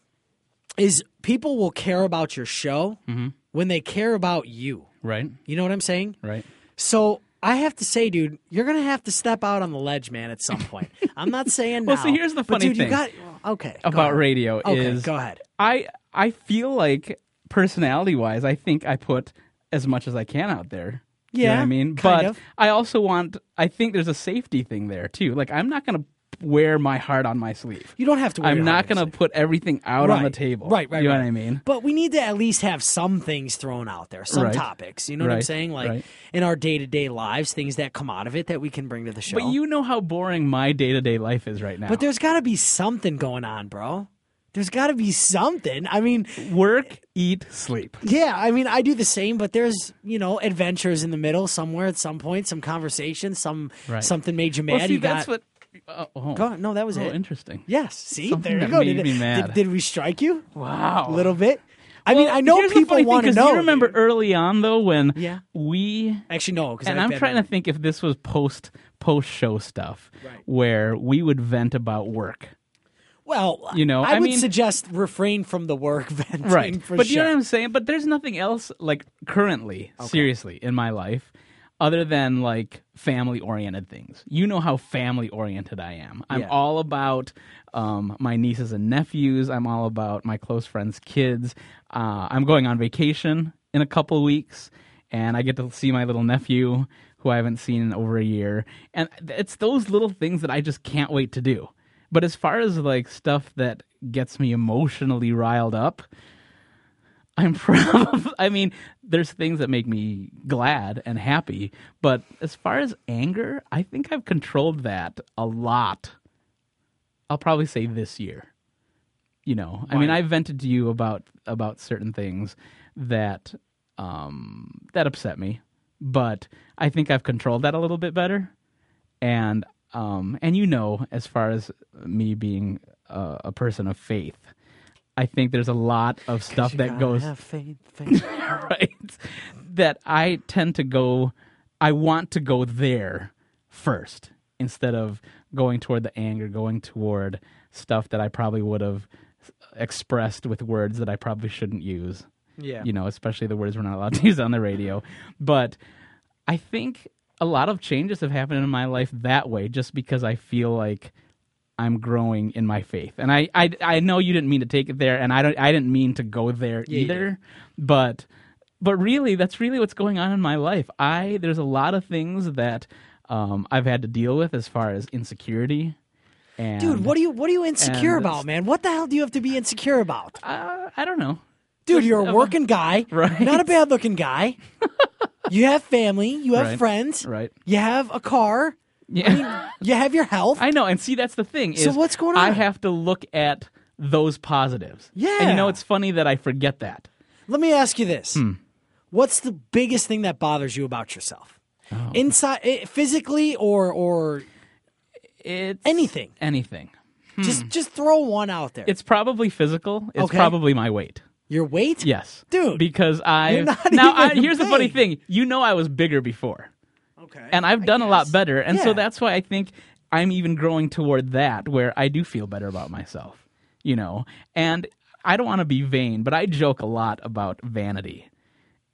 S2: is people will care about your show
S1: Mm-hmm.
S2: when they care about you.
S1: Right.
S2: You know what I'm saying?
S1: Right.
S2: So I have to say, dude, you're gonna have to step out on the ledge, man, at
S1: <laughs>
S2: some point. I'm not saying
S1: Well,
S2: now.
S1: see, here's the
S2: but
S1: funny
S2: dude,
S1: thing
S2: You got okay go
S1: about
S2: ahead.
S1: radio
S2: Okay,
S1: is
S2: go ahead.
S1: I I feel like personality wise, I think I put as much as I can out there. You know what
S2: Yeah,
S1: I mean,
S2: kind
S1: but
S2: of.
S1: I also want. I think there's a safety thing there too. Like I'm not gonna wear my heart on my sleeve.
S2: You don't have to. Worry
S1: I'm
S2: about
S1: not
S2: it.
S1: gonna put everything out on the table.
S2: Right, right.
S1: You know
S2: right.
S1: what I mean?
S2: But we need to at least have some things thrown out there, some
S1: Right.
S2: topics. You know what I'm
S1: Right,
S2: saying? Like
S1: right.
S2: in our day to day lives, things that come out of it that we can bring to the show.
S1: But you know how boring my day to day life is right now.
S2: But there's got to be something going on, bro. There's got to be something. I mean,
S1: work, eat, sleep.
S2: yeah, I mean, I do the same, but there's you know adventures in the middle somewhere at some point, some conversation, some
S1: Right.
S2: something made you mad.
S1: Well, see,
S2: you got
S1: that's what. Oh, oh,
S2: Go on. no, that was
S1: oh,
S2: it.
S1: interesting.
S2: Yes, see,
S1: Something
S2: there you
S1: that
S2: go.
S1: made
S2: did,
S1: me
S2: did-
S1: mad.
S2: Did, we strike you?
S1: Wow.
S2: a little bit. I mean,
S1: Well,
S2: I know
S1: here's the
S2: people
S1: funny thing,
S2: want to
S1: 'cause
S2: know.
S1: You remember
S2: dude.
S1: early on though when
S2: Yeah.
S1: we
S2: Actually, no, because
S1: and I'm trying to think if this was post post show stuff
S2: Right.
S1: where we would vent about work.
S2: Well,
S1: you know,
S2: I,
S1: I
S2: would
S1: mean-
S2: suggest refrain from the
S1: <laughs>
S2: work <laughs> venting. for
S1: but
S2: sure.
S1: you know what I'm saying? But there's nothing else like currently, seriously, in my life other than like family oriented things. You know how family oriented I am. I'm
S2: Yeah.
S1: all about um, my nieces and nephews. I'm all about my close friends' kids. Uh, I'm going on vacation in a couple weeks and I get to see my little nephew who I haven't seen in over a year. And it's those little things that I just can't wait to do. But as far as like stuff that gets me emotionally riled up, I'm <laughs> proud. I mean, there's things that make me glad and happy, but as far as anger, I think I've controlled that a lot. I'll probably say this year. You know, I mean, I vented to you about about certain things that um, that upset me, but I think I've controlled that a little bit better and um and you know as far as me being a, a person of faith i think there's a lot of stuff
S2: You
S1: that
S2: gotta
S1: goes
S2: have faith, faith.
S1: <laughs> right that i tend to go i want to go there first instead of going toward the anger going toward stuff that i probably would have expressed with words that i probably shouldn't use
S2: yeah.
S1: you know, especially the words we're not allowed to <laughs> use on the radio. But I think a lot of changes have happened in my life that way just because I feel like I'm growing in my faith. And I, I, I know you didn't mean to take it there, and I, don't, I didn't mean to go there
S2: Yeah, you
S1: either. But, but really, that's really what's going on in my life. I There's a lot of things that um, I've had to deal with as far as insecurity. And
S2: Dude, what are you what are you insecure
S1: and
S2: about,
S1: it's-
S2: man? What the hell do you have to be insecure about?
S1: uh, I don't know.
S2: Dude, you're a working guy,
S1: <laughs> Right.
S2: not a bad
S1: <laughs>
S2: looking guy. you have family, you have
S1: Right,
S2: friends,
S1: right.
S2: you have a car,
S1: Yeah.
S2: you have your health.
S1: <laughs> I know, and see, that's the thing. Is
S2: So what's going
S1: I
S2: on?
S1: have to look at those positives. and
S2: Yeah.
S1: you know, it's funny that I forget that.
S2: Let me ask you this.
S1: Hmm.
S2: What's the biggest thing that bothers you about yourself?
S1: Oh.
S2: Inside eh, physically or or
S1: It's
S2: Anything.
S1: anything. Hmm.
S2: just just throw one out there.
S1: It's probably physical. It's
S2: Okay.
S1: probably my weight.
S2: your weight?
S1: Yes,
S2: Dude,
S1: Because I
S2: you're not
S1: now I,
S2: even
S1: here's the funny
S2: big.
S1: thing. You know, I was bigger before.
S2: Okay.
S1: and I've done a lot
S2: guess.
S1: better. And so
S2: Yeah.
S1: that's why I think I'm even growing toward that where I do feel better about myself, you know. And I don't want to be vain, but I joke a lot about vanity.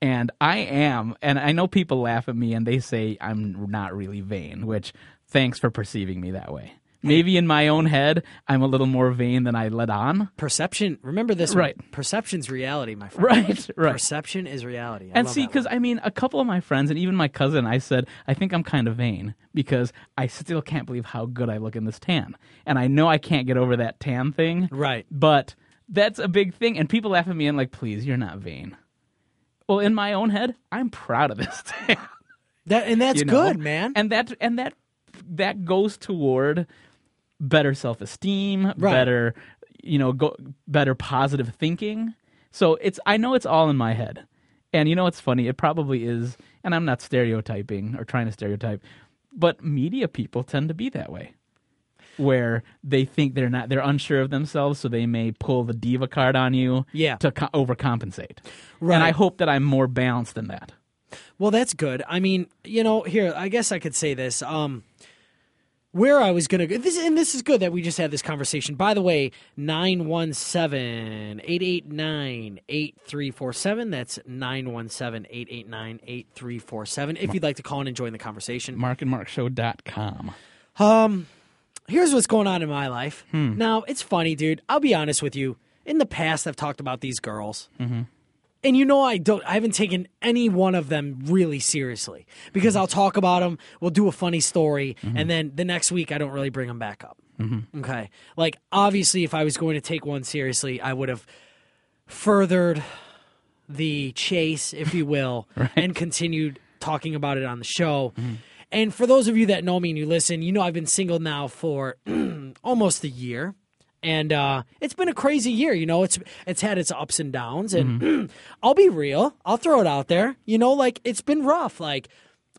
S1: And I am, and I know people laugh at me and they say I'm not really vain, which thanks for perceiving me that way. Maybe in my own head, I'm a little more vain than I let on.
S2: Perception. Remember this. one.
S1: Right.
S2: Perception's reality, my friend.
S1: Right, <laughs> right.
S2: Perception is reality. I
S1: and
S2: love
S1: see,
S2: that
S1: because
S2: one.
S1: I mean, a couple of my friends and even my cousin, I said, I think I'm kind of vain because I still can't believe how good I look in this tan. And I know I can't get over that tan thing.
S2: Right.
S1: But that's a big thing. And people laugh at me and, like, please, you're not vain. Well, in my own head, I'm proud of this <laughs> tan.
S2: that and that's
S1: you know?
S2: good, man.
S1: And that, and that, that goes toward better self esteem, better, you know, go, better positive thinking. So it's I know it's all in my head. And you know what's funny? It probably is, and I'm not stereotyping or trying to stereotype, but media people tend to be that way. Where they think they're not, they're unsure of themselves, so they may pull the diva card on you,
S2: Yeah.
S1: to co- overcompensate.
S2: Right.
S1: And I hope that I'm more balanced than that.
S2: Well, that's good. I mean, you know, here I guess I could say this. Um, where I was gonna go, this and this is good that we just had this conversation. By the way, 917-889-8347. That's 917-889-8347. If you'd like to call in and join the conversation.
S1: markandmarkshow.com.
S2: Um, here's what's going on in my life. Now, it's funny, dude. I'll be honest with you. In the past, I've talked about these girls. And you know, I don't, I haven't taken any one of them really seriously because I'll talk about them, we'll do a funny story, and then the next week I don't really bring them back up. Okay. Like, obviously, if I was going to take one seriously, I would have furthered the chase, if you will, and continued talking about it on the show. And for those of you that know me and you listen, you know I've been single now for almost a year. And uh, it's been a crazy year, you know. It's it's had its ups and downs, and <clears throat> I'll be real. I'll throw it out there, you know. Like it's been rough. Like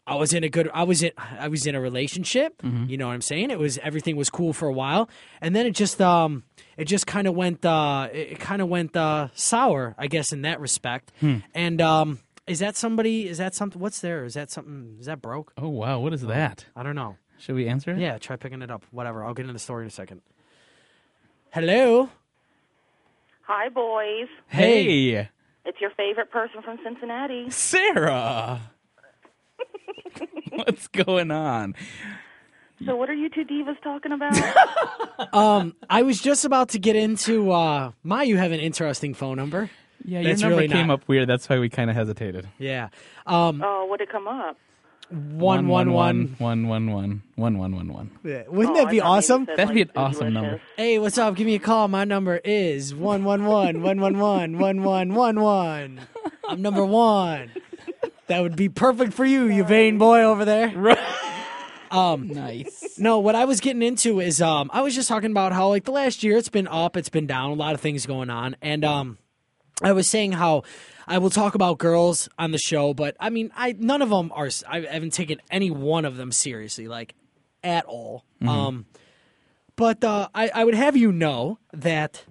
S2: I was in a good, I was in, I was in a relationship. You know what I'm saying? It was everything was cool for a while, and then it just, um, it just kind of went, uh, it kind of went uh, sour, I guess, in that respect. And um, is that somebody? Is that something? What's there? Is that something? Is that broke?
S1: Oh, wow. What is that?
S2: I don't know.
S1: Should we answer it?
S2: Yeah, try picking it up. Whatever. I'll get into the story in a second. Hello.
S6: Hi, boys.
S1: Hey,
S6: It's your favorite person from Cincinnati.
S1: <laughs> Sarah. What's going on?
S6: So, what are you two divas talking
S2: <laughs>
S6: about?
S2: I was just about to get into uh, my. You have an interesting phone number.
S1: Yeah,
S2: That's
S1: your number
S2: really
S1: came
S2: not-
S1: up weird. That's why we kind of hesitated.
S2: Yeah. Um.
S6: oh, what did come up?
S2: One one one.
S1: one one one one one one one.
S2: Yeah. Wouldn't
S6: Oh,
S2: that
S6: I
S2: be
S6: thought maybe it
S2: awesome?
S6: said,
S1: That'd
S6: like,
S1: be an awesome number.
S6: delicious.
S2: Hey, what's up? Give me a call. My number is 111 111 1111. I'm number one. That would be perfect for you, you vain boy over there.
S1: Nice.
S2: No, what I was getting into is um I was just talking about how like the last year it's been up, it's been down, a lot of things going on. And um I was saying how I will talk about girls on the show, but I mean, I none of them are. I haven't taken any one of them seriously, like at all. Um, but uh, I, I would have you know that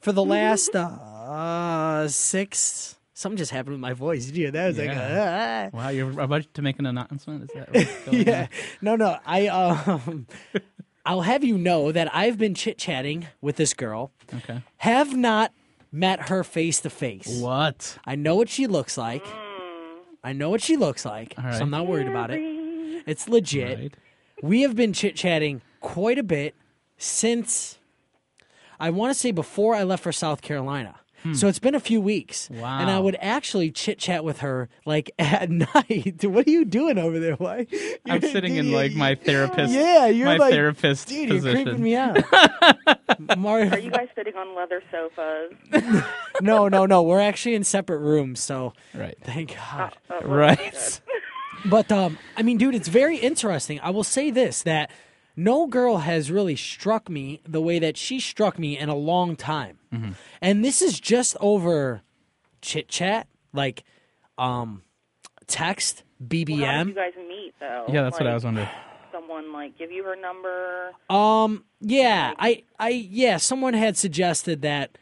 S2: for the last uh, six, something just happened with my voice. Did you hear that? I was like,
S1: Yeah. <laughs>
S2: ah.
S1: Wow, you're about to make an announcement. Is that <laughs> what's going
S2: yeah, no, no.
S1: <laughs>
S2: I um, I'll have you know that I've been chit chatting with this girl,
S1: on? Okay.
S2: have not met her face to face.
S1: What?
S2: I know what she looks like. I know what she looks like,
S1: All right.
S2: so I'm not worried about it. It's legit.
S1: Right.
S2: We have been chit chatting quite a bit since I want to say before I left for South Carolina. So it's been a few weeks.
S1: Hmm. Wow.
S2: And I would actually chit chat with her like <laughs> at night. what are you doing over there? Why?
S1: I'm
S2: You're-
S1: sitting in
S2: you-
S1: like <laughs> my therapist.
S2: Yeah, you're
S1: my
S2: like
S1: therapist
S2: Dude, you're
S1: position.
S2: creeping me out. Mario,
S6: Are you guys sitting on leather sofas?
S2: no, no, no. We're actually in separate rooms, so
S1: Right.
S2: thank God.
S6: Oh, well,
S1: Right.
S2: But um, I mean, dude, it's very interesting. I will say this that no girl has really struck me the way that she struck me in a long time, and this is just over chit chat, like um, text, BBM.
S6: How did you guys meet, though?
S1: <laughs> Yeah, that's what I
S6: Like,
S1: was wondering.
S6: Someone like give you her number.
S2: Um. Yeah. I. I. Yeah. Someone had suggested that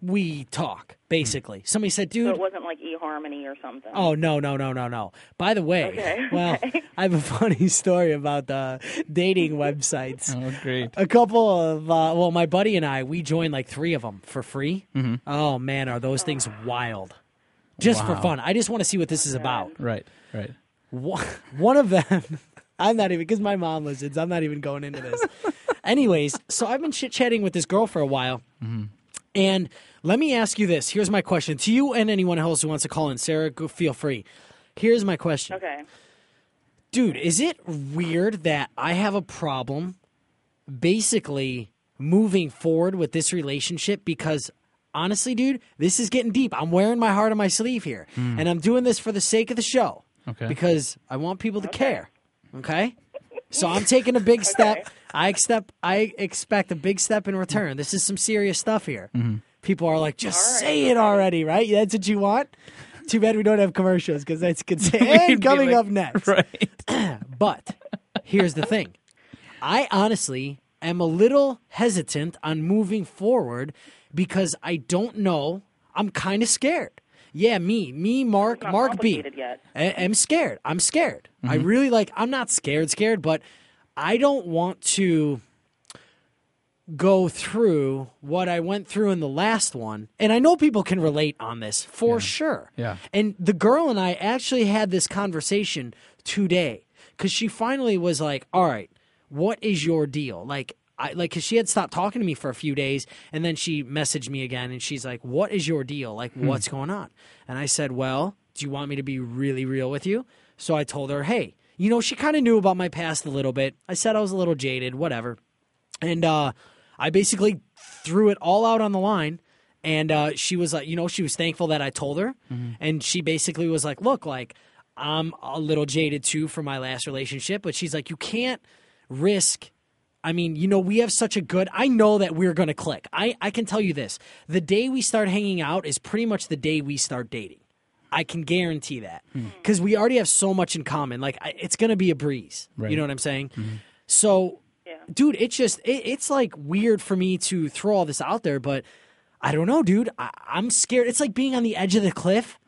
S2: we talk. Basically, somebody said,
S6: So
S1: Um,
S2: "Dude."
S6: it wasn't like eHarmony or something.
S2: Oh no no no no no! By the way,
S6: Okay. <laughs>
S2: well, I have a funny <laughs> story about uh,
S6: <laughs>
S2: dating websites.
S1: Oh, great.
S2: A couple of uh, well, my buddy and I, we joined like three of them for free. Oh man, are those
S6: Ah.
S2: things wild? Just for
S1: Mm-hmm. Wow.
S2: fun. I just want to see what this is about.
S1: Right. Right.
S2: One one of them, <laughs> I'm not even because my mom listens. I'm not even going into this. Anyways, so I've been chit chatting with this girl for a while, and let me ask you this. Here's my question to you and anyone else who wants to call in. Sarah, go, feel free. Here's my question.
S6: Okay.
S2: Dude, is it weird that I have a problem basically moving forward with this relationship because honestly, dude, this is getting deep. I'm wearing my heart on my sleeve here. And I'm doing this for the sake of the show.
S1: Okay. <laughs>
S2: Because I want people to care. Okay? So I'm taking a big step. I accept. I expect a big step in return. This is some serious stuff here. People are like, just
S6: All right.
S2: say it already, right? That's what you want. Too bad we don't have commercials
S1: <laughs>
S2: because that's good. And
S1: We'd be
S2: coming
S1: like-
S2: up next,
S1: <laughs> Right.
S2: but here's the thing. I honestly am a little hesitant on moving forward because I don't know. I'm kind of scared. Yeah, me, me, Mark,
S6: not
S2: Mark B.
S6: complicated yet.
S2: I, am scared. I'm scared. I really like. I'm not scared, scared, but I don't want to go through what I went through in the last one. And I know people can relate on this for sure.
S1: Yeah.
S2: And the girl and I actually had this conversation today because she finally was like, "All right, what is your deal?" Like, I like because she had stopped talking to me for a few days, and then she messaged me again, and she's like, "What is your deal? Like,
S1: Hmm.
S2: what's going on?" And I said, "Well, do you want me to be really real with you?" So I told her, "Hey." You know, she kind of knew about my past a little bit. I said I was a little jaded, whatever and uh, I basically threw it all out on the line. And uh, she was like, you know, she was thankful that I told her, and she basically was like, look, like I'm a little jaded too from my last relationship, but she's like, you can't risk. I mean, you know, we have such a good. I know that we're gonna click. I I can tell you this: the day we start hanging out is pretty much the day we start dating. I can guarantee that
S1: Hmm.
S2: because we already have so much in common. Like I, it's gonna be a breeze. You know what I'm saying?
S1: Mm-hmm.
S2: So dude it's just it, it's like weird for me to throw all this out there but i don't know dude I, i'm scared it's like being on the edge of the cliff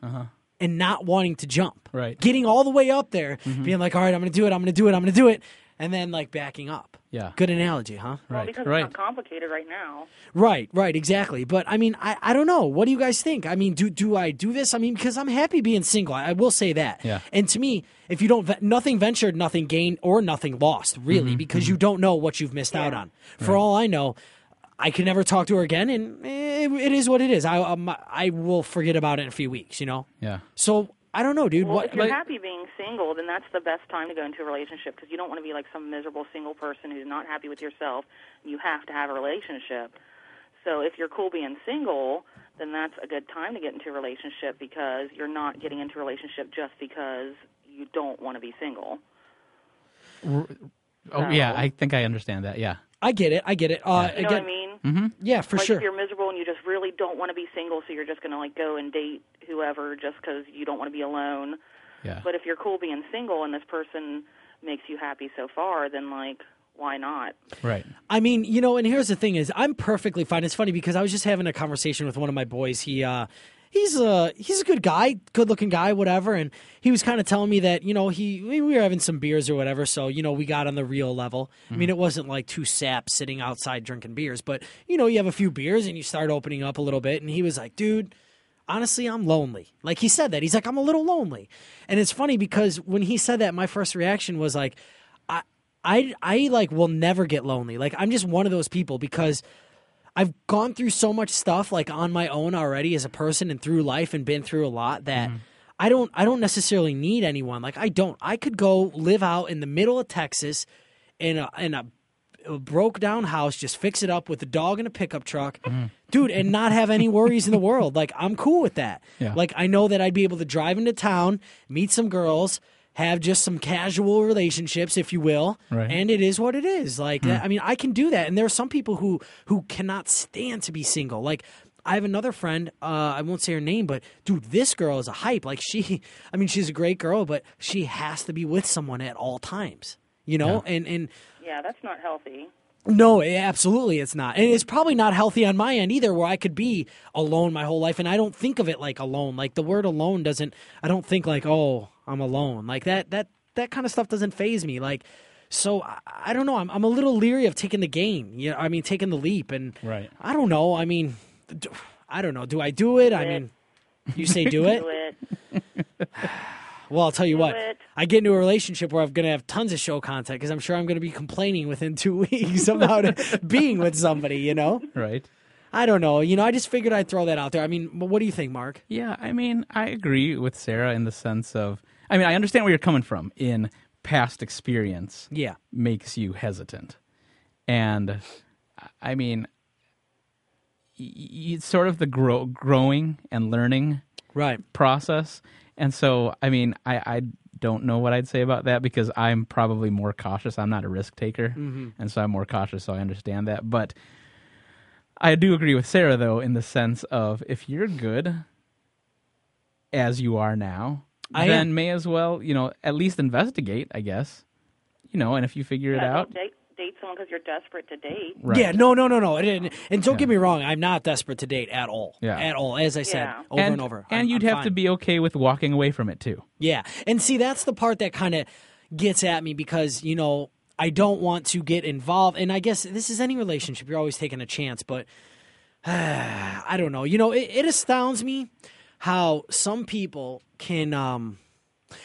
S2: and not wanting to jump
S1: Uh-huh. Right. Mm-hmm.
S2: getting all the way up there being like all right i'm gonna do it i'm gonna do it i'm gonna do it and then like backing up
S1: Yeah.
S2: good analogy huh
S6: Well,
S1: Right.
S6: because
S1: Right.
S6: it's not complicated right now.
S2: right right exactly but i mean I, I don't know what do you guys think i mean do do i do this i mean because i'm happy being single i, I will say that
S1: Yeah.
S2: and to me if you don't ve- nothing ventured nothing gained or nothing lost
S1: Mm-hmm,
S2: really because you don't know what you've missed out on for all i know I can never talk to her again, and it, it is what it is. I um, I will forget about it in a few weeks, you know.
S1: Yeah.
S2: So I don't know, dude.
S6: Well,
S2: what?
S6: if you're
S2: like-
S6: happy being single, then that's the best time to go into a relationship because you don't want to be like some miserable single person who's not happy with yourself. You have to have a relationship. So if you're cool being single, then that's a good time to get into a relationship because you're not getting into a relationship just because you don't want to be single.
S1: Oh yeah, I think I understand that. Yeah.
S2: I get it. I get it. Uh,
S6: You know
S2: again,
S6: what I mean?
S2: yeah, for
S6: like
S2: sure.
S6: if you're miserable and you just really don't want to be single, so you're just going to like go and date whoever just because you don't want to be alone.
S1: Yeah.
S6: But if you're cool being single and this person makes you happy so far, then like why not?
S1: Right.
S2: I mean, you know, and here's the thing is I'm perfectly fine. It's funny because I was just having a conversation with one of my boys. He uh he's a he's a good guy, good looking guy, whatever, and he was kind of telling me that, you know, he we were having some beers or whatever, so you know, we got on the real level. I mean, it wasn't like two saps sitting outside drinking beers, but you know, you have a few beers and you start opening up a little bit and he was like, "Dude, honestly, I'm lonely. Like he said that. He's like, I'm a little lonely. And it's funny because when he said that, my first reaction was like, I, I, I like will never get lonely. Like I'm just one of those people because I've gone through so much stuff like on my own already as a person and through life and been through a lot that I don't, I don't necessarily need anyone. Like I don't, I could go live out in the middle of Texas in a, in a, a broke down house, just fix it up with a dog and a pickup truck, dude, and not have any worries in the world. Like I'm cool with that.
S1: Yeah.
S2: Like I know that I'd be able to drive into town, meet some girls, have just some casual relationships, if you will.
S1: Right.
S2: And it is what it is. Like I mean, I can do that. And there are some people who who cannot stand to be single. Like. I have another friend. Uh, I won't say her name, but dude, this girl is a hype. Like she, <laughs> I mean, she's a great girl, but she has to be with someone at all times. You know, and and
S6: Yeah, that's not healthy.
S2: no, eh, absolutely it's not. And it's probably not healthy on my end either where I could be alone my whole life and I don't think of it like alone. Like the word alone doesn't I don't think like, "Oh, I'm alone." Like that that that kind of stuff doesn't phase me. Like so I, I don't know. I'm I'm a little leery of taking the game. You know, I mean taking the leap and
S1: Right.
S2: I don't know. I mean d- I don't know. Do I do it? I
S6: it.
S2: mean you say do it?
S6: <laughs> Do it.
S2: Well, I'll tell you what.
S6: it.
S2: I get into a relationship where I'm going to have tons of show content because I'm sure I'm going to be complaining within two <laughs> weeks about being with somebody. You know,
S1: Right.
S2: I don't know. You know, I just figured I'd throw that out there. I mean, wh- what do you think, Mark?
S1: Yeah, I mean, I agree with Sarah in the sense of, I mean, I understand where you're coming from in past experience
S2: Yeah,
S1: makes you hesitant. And I mean, y- y- it's sort of the grow- growing and learning
S2: right.
S1: process. And so, I mean, I, I don't know what I'd say about that because I'm probably more cautious. I'm not a risk taker,
S2: Mm-hmm.
S1: and so I'm more cautious. So I understand that, but I do agree with Sarah though in the sense of if you're good as you are now,
S2: I
S1: then
S2: am.
S1: may as well you know at least investigate. I guess you know, and if you figure it
S6: Yeah,
S1: out,
S6: don't date, date someone because you're desperate to date.
S1: right?
S2: Yeah, no, no, no, no. And- And, and don't get me wrong, I'm not desperate to date at all.
S1: Yeah.
S2: At all, as I said
S6: Yeah.
S2: over and, over.
S1: And
S2: I'm-
S1: you'd
S2: I'm
S1: have
S2: fine.
S1: to be okay with walking away from it too.
S2: Yeah. And see, that's the part that kind of gets at me because, you know, I don't want to get involved. And I guess this is any relationship. You're always taking a chance, but <sighs> I don't know. You know, it, it astounds me how some people can. um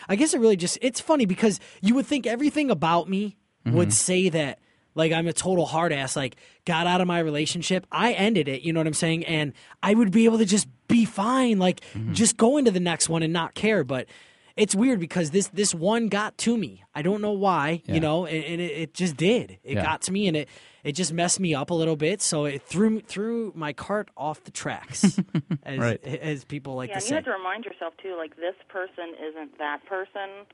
S2: I guess it really just. It's funny because you would think everything about me
S1: Mm-hmm.
S2: would say that. Like I'm a total hard ass. Like got out of my relationship. I ended it. You know what I'm saying? And I would be able to just be fine. Like
S1: Mm-hmm.
S2: just go into the next one and not care. But it's weird because this this one got to me. I don't know why. You know, and, and it, it just did. It
S1: Yeah.
S2: got to me, and it it just messed me up a little bit. So it threw threw my cart off
S1: <laughs>
S2: the tracks, as
S1: Right.
S2: as people like
S6: Yeah,
S2: to
S6: and you
S2: say.
S6: have to remind yourself too, like this person isn't that person,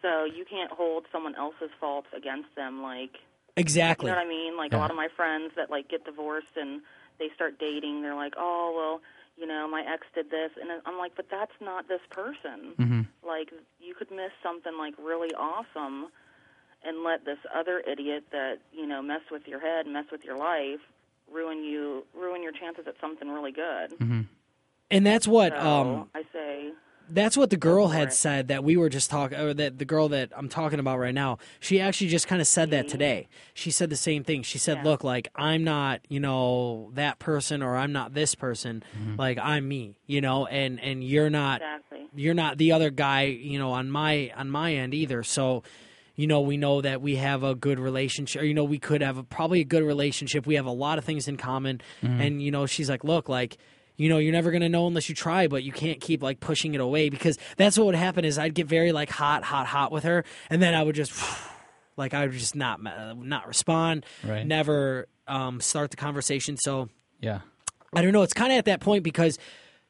S6: so you can't hold someone else's faults against them. Like, you
S2: Exactly.
S6: know what I mean? Like a lot of my friends that like get divorced and they start dating, they're like, oh well, you know, my ex did this, and then I'm like, but that's not this person.
S1: Mm-hmm.
S6: Like, you could miss something like really awesome, and let this other idiot that you know messed with your head, mess with your life, ruin you, ruin your chances at something really good.
S1: Mm-hmm.
S2: And that's what
S6: So
S2: um
S6: I say.
S2: that's what the girl had said that we were just talking or that the girl that I'm talking about right now, she actually just kind of said that today. She said the same thing. She said, "Look, like I'm not, you know, that person or I'm not this person. Like I'm me, you know, and and you're not
S1: <laughs>
S6: Exactly.
S2: you're not the other guy you know on my on my end either so you know we know that we have a good relationship or you know we could have a, probably a good relationship we have a lot of things in common and you know she's like look like you know you're never going to know unless you try but you can't keep like pushing it away because that's what would happen is i'd get very like hot hot hot with her and then i would just <sighs> like i would just not uh, not respond
S1: Right.
S2: never um, start the conversation so
S1: Yeah.
S2: I don't know. It's kind of at that point because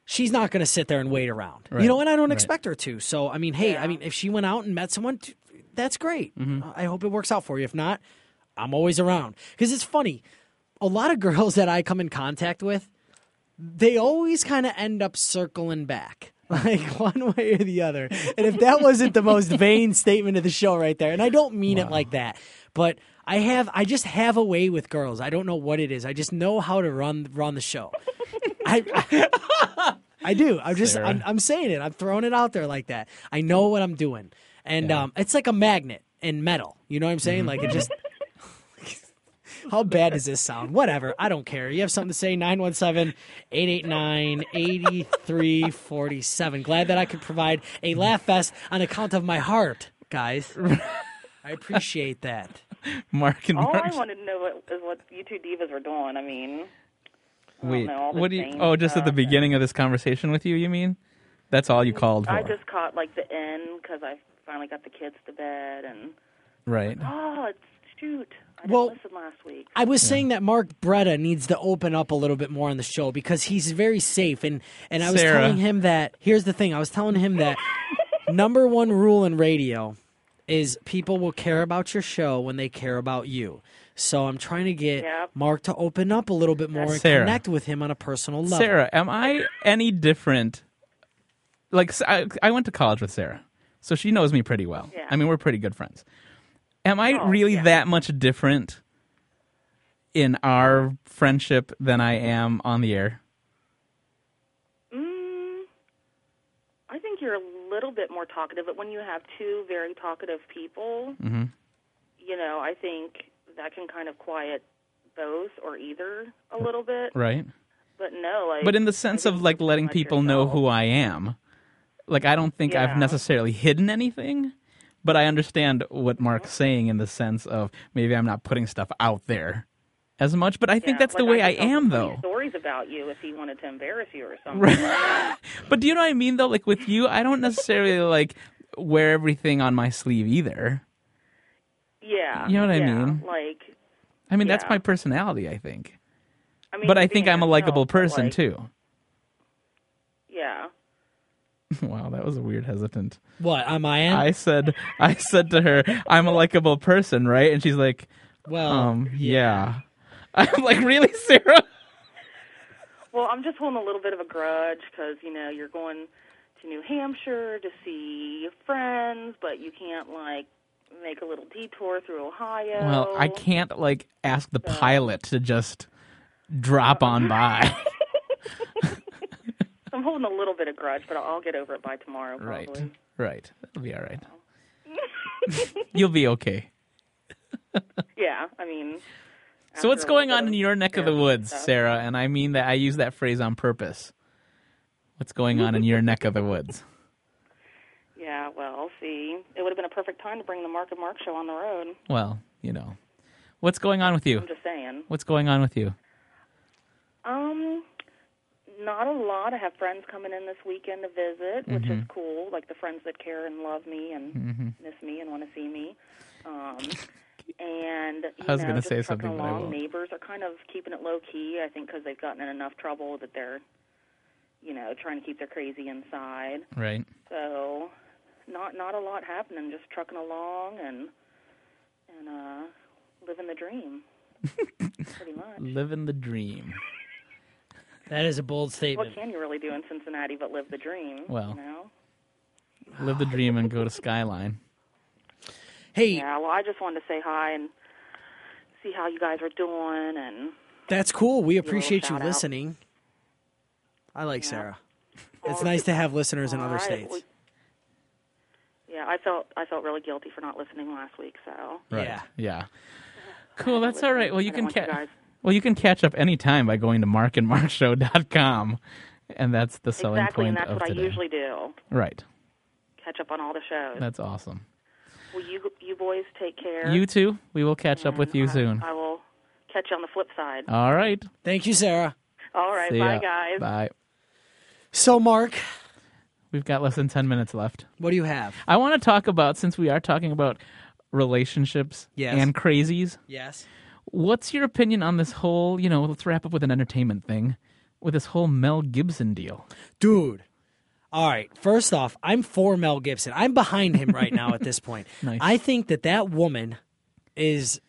S2: she's not going to sit there and wait around. You know, and I don't expect her to. So, I mean, hey, I mean, if she went out and met someone, t- that's great. Uh, I hope it works out for you. If not, I'm always around. Because it's funny, a lot of <laughs> girls that I come in contact with, they always kind of end up circling back. <laughs> Like one way or the other. And if that wasn't the most vain statement of the show right there, and I don't mean it like that, but I have I just have a way with girls. I don't know what it is. I just know how to run run the show. I, I I do. I'm just I'm, I'm saying it. I'm throwing it out there like that. I know what I'm doing. And um it's like a magnet in metal. You know what I'm saying? Like it just how bad does this sound? Whatever. I don't care. You have something to say? 917 889 8347. Glad that I could provide a laugh fest on account of my heart, guys. I appreciate that.
S1: Mark and
S6: All
S1: Mark.
S6: Oh, I wanted to know what, is what you two divas were doing. I mean,
S1: Wait,
S6: know, all the
S1: what do you?
S6: same
S1: Oh, just at the
S6: stuff. Mm,
S1: beginning of this conversation with you, you mean? That's all you called for,
S6: I just caught like the end because I finally got the kids to bed, and
S1: right?
S6: oh, it's shoot. I didn't
S2: Well-
S6: listen last week.
S2: I was saying that Mark Bretta needs to open up a little bit more on the show because he's very safe and and I was
S1: Sarah.
S2: telling him that here's the thing I was telling him that number one rule in radio is people will care about your show when they care about you. So I'm trying to get
S6: Yep.
S2: Mark to open up a little bit more and
S1: Sarah.
S2: connect with him on a personal level.
S1: Sarah, am I any different? Like, s- I, I went to college with Sarah, so she knows me pretty well.
S6: Yeah. Oh,
S1: I mean, we're pretty good friends. Am I really that much different in our friendship than I am on the air?
S6: Mm, I think you're a little bit more talkative, but when you have two very talkative people,
S1: Mm-hmm.
S6: you know, I think that can kind of quiet both or either a little bit.
S1: Right.
S6: But no, like,
S1: but in the
S6: I
S1: sense
S6: think
S1: of
S6: you
S1: like
S6: pretty
S1: letting
S6: much
S1: people know
S6: yourself.
S1: who I am. Like I don't think I've
S6: Yeah.
S1: necessarily hidden anything, but I understand what Mark's saying in the sense of maybe I'm not putting stuff out there as much, but I think
S6: Yeah,
S1: that's the
S6: like,
S1: way I,
S6: could tell
S1: am
S6: some
S1: though.
S6: funny Stories about you if he wanted to embarrass you or something.
S1: But do you know what I mean though? Like with you, I don't necessarily like wear everything on my sleeve either.
S6: Yeah.
S1: You know what I
S6: yeah,
S1: mean?
S6: Like,
S1: I mean, that's
S6: Yeah.
S1: my personality, I think.
S6: I mean,
S1: but
S6: you're
S1: I think
S6: being
S1: I'm a likable
S6: yourself, but,
S1: person
S6: like,
S1: too.
S6: Yeah.
S1: <laughs> wow, that was a weird hesitant.
S2: What on my end?
S1: I said, I said to her, "I'm a likable person, right?" And she's like,
S2: well,
S1: "Um, <laughs> yeah." I'm like, "Really, Sarah?"
S6: Well, I'm just holding a little bit of a grudge because you know you're going to New Hampshire to see friends, but you can't like make a little detour through Ohio.
S1: Well, I can't like ask the pilot to just drop on by.
S6: So I'm holding a little bit of grudge, but I'll, I'll get over it by tomorrow. Probably.
S1: <laughs> right, right. It'll be all <laughs> right. You'll be okay.
S6: Yeah, I mean.
S1: So what's
S6: after a little
S1: going on
S6: bit
S1: in
S6: of
S1: your neck of the
S6: therapy
S1: woods,
S6: stuff.
S1: Sarah? And I mean that I use that phrase on purpose. What's going on in your neck of the woods?
S6: Yeah, well, see, it would have been a perfect time to bring the Mark and Mark show on the road.
S1: Well, you know. What's going on with you?
S6: I'm just saying.
S1: What's going on with you?
S6: Um, not a lot. I have friends coming in this weekend to visit, which
S1: Mm-hmm.
S6: is cool. Like the friends that care and love me and miss me and want to see me.
S1: <laughs>
S6: Um, and you
S1: I was
S6: know,
S1: gonna
S6: just
S1: say
S6: trucking
S1: something, but I
S6: Along.
S1: won't.
S6: Neighbors are kind of keeping it low key. I think because they've gotten in enough trouble that they're, you know, trying to keep their crazy inside.
S1: Right.
S6: So, not not a lot happening. Just trucking along and and uh, living
S1: <laughs>
S6: the dream. Pretty much.
S1: Living the dream.
S2: that is a bold
S6: What
S2: statement.
S6: can you really do in Cincinnati but live the dream?
S1: Well.
S6: you know?
S1: Live the dream and go to Skyline.
S2: Hey,
S6: yeah. Well, I just wanted to say hi and see how you guys are doing, and
S2: that's cool. We appreciate you
S6: shout out.
S2: listening. I like Sarah. It's
S6: All
S2: nice to have listeners in
S6: all
S2: other
S6: right,
S2: states.
S6: well, yeah, I felt I felt really guilty for not listening last week. So
S1: Right.
S2: Yeah.
S1: Yeah. Cool, that's all right. Well, you
S6: I don't
S1: can
S6: want you
S1: catch
S6: guys-
S1: Well, you can catch up anytime by going to markandmarkshow.com. And that's the selling
S6: exactly, and
S1: point
S6: that's
S1: of
S6: what
S1: today.
S6: I usually do.
S1: Right.
S6: Catch up on all the shows.
S1: That's awesome.
S6: well, you you boys take care.
S1: You too. We will catch up with you
S6: I-
S1: soon.
S6: I will catch you on the flip side.
S1: All right.
S2: Thank you, Sarah.
S6: All right,
S1: See
S6: bye
S1: ya.
S6: guys.
S1: Bye.
S2: So, Mark,
S1: We've got less than 10 minutes left.
S2: what do you have?
S1: I want to talk about, since we are talking about relationships
S2: Yes.
S1: and crazies,
S2: Yes.
S1: what's your opinion on this whole, you know, let's wrap up with an entertainment thing, with this whole Mel Gibson deal?
S2: Dude. All right. First off, I'm for Mel Gibson. I'm behind him right now at this point.
S1: <laughs> Nice.
S2: I think that that woman is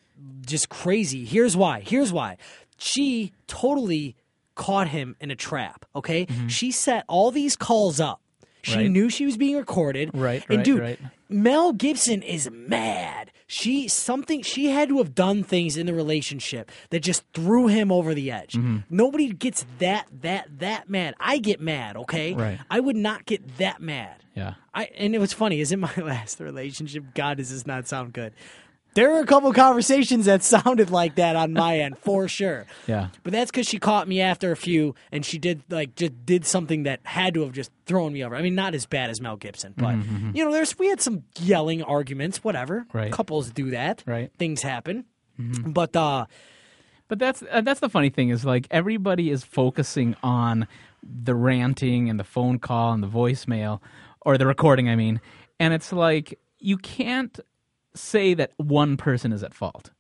S2: just crazy. Here's why. Here's why. She totally caught him in a trap, okay? She set all these calls up. She
S1: Mm-hmm. Right.
S2: knew she was being recorded.
S1: Right,
S2: And
S1: right,
S2: dude,
S1: right.
S2: Mel Gibson is mad. She something she had to have done things in the relationship that just threw him over the edge.
S1: Mm-hmm.
S2: Nobody gets that that that mad. I get mad, okay?
S1: Right.
S2: I would not get that mad.
S1: Yeah.
S2: I and it was funny, is it my <laughs> last relationship? God, does this not sound good? There were a couple conversations that <laughs> sounded like that on my end, for sure.
S1: Yeah.
S2: But that's because she caught me after a few, and she did like just did something that had to have just thrown me over. I mean, not as bad as Mel Gibson, but you know, there's we had some yelling arguments, whatever.
S1: Mm-hmm, Right.
S2: Couples do that.
S1: Right. Mm-hmm.
S2: Things happen. But uh,
S1: But that's uh, that's the funny thing is like everybody is focusing on the ranting and the phone call and the voicemail or the recording I mean and it's like you can't say that one person is at fault.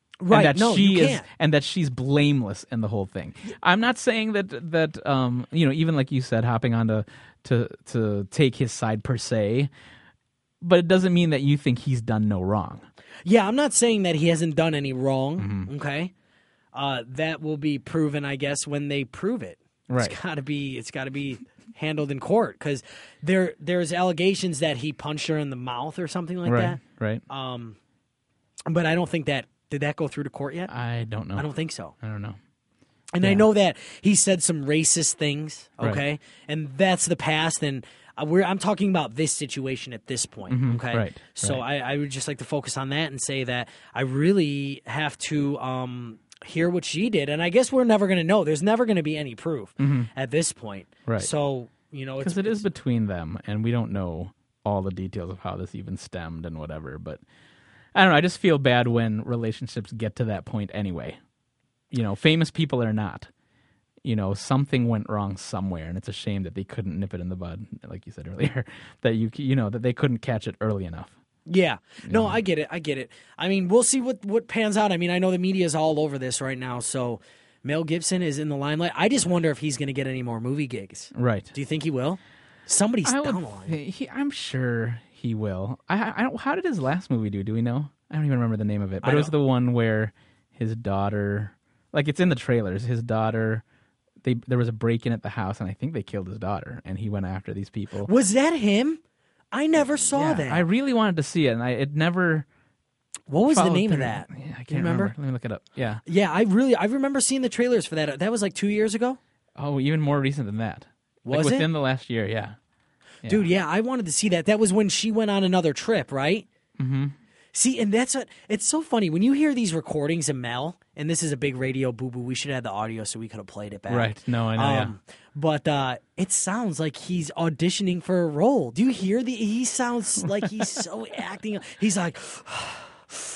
S1: And
S2: Right,
S1: that
S2: no,
S1: she
S2: you
S1: is
S2: can't.
S1: and that she's blameless in the whole thing. I'm not saying that that um you know even like you said hopping on to to to take his side per se but it doesn't mean that you think he's done no wrong.
S2: yeah, I'm not saying that he hasn't done any wrong.
S1: Mm-hmm.
S2: Okay. Uh, that will be proven, I guess, when they prove it.
S1: Right.
S2: It's got to be. It's got to be handled in court because there there's allegations that he punched her in the mouth or something like
S1: right.
S2: that.
S1: Right.
S2: Um, but I don't think that did that go through to court yet.
S1: I don't know.
S2: I don't think so.
S1: I don't know.
S2: And I know that he said some racist things.
S1: Right.
S2: Okay, and that's the past. And uh, we're I'm talking about this situation at this point. Okay,
S1: Mm-hmm. right,
S2: So I, I would just like to focus on that and say that I really have to. Um, hear what she did, and I guess we're never going to know. There's never going to be any proof at this point.
S1: Mm-hmm. Right.
S2: So you know, it's
S1: because it is between them, and we don't know all the details of how this even stemmed and whatever. But I don't know. I just feel bad when relationships get to that point anyway. You know, famous people are not. You know, something went wrong somewhere, and it's a shame that they couldn't nip it in the bud, like you said earlier. <laughs> That you you know that they couldn't catch it early enough.
S2: Yeah. No, I get it. I get it. I mean, we'll see what what pans out. I mean, I know the media is all over this right now, so Mel Gibson is in the limelight. I just wonder if he's going to get any more movie gigs.
S1: Right.
S2: Do you think he will? Somebody's
S1: I
S2: down
S1: would
S2: the line.
S1: thi- he, I'm sure he will. I, I don't. How did his last movie do? Do we know? I don't even remember the name of it. But
S2: I
S1: it was
S2: don't-
S1: the one where his daughter, like it's in the trailers. His daughter, they there was a break in at the house, and I think they killed his daughter, and he went after these people.
S2: Was that him? I never saw
S1: Yeah,
S2: that.
S1: I really wanted to see it, and I it never.
S2: what was the
S1: followed
S2: name of
S1: through.
S2: that?
S1: Yeah, I can't
S2: You remember?
S1: Let me look it up. Yeah.
S2: Yeah, I really I remember seeing the trailers for that. That was like two years ago.
S1: Oh, even more recent than that.
S2: Was it?
S1: like within the last year? Yeah.
S2: Dude, yeah, I wanted to see that. That was when she went on another trip, right? Mm-hmm. See, and that's what it's so funny when you hear these recordings of Mel, and this is a big radio boo boo. We should have had the audio so we could have played it back.
S1: Right. No, I know. yeah.
S2: Um, But uh, it sounds like he's auditioning for a role. Do you hear the?
S1: <laughs>
S2: He sounds like he's so acting. He's like,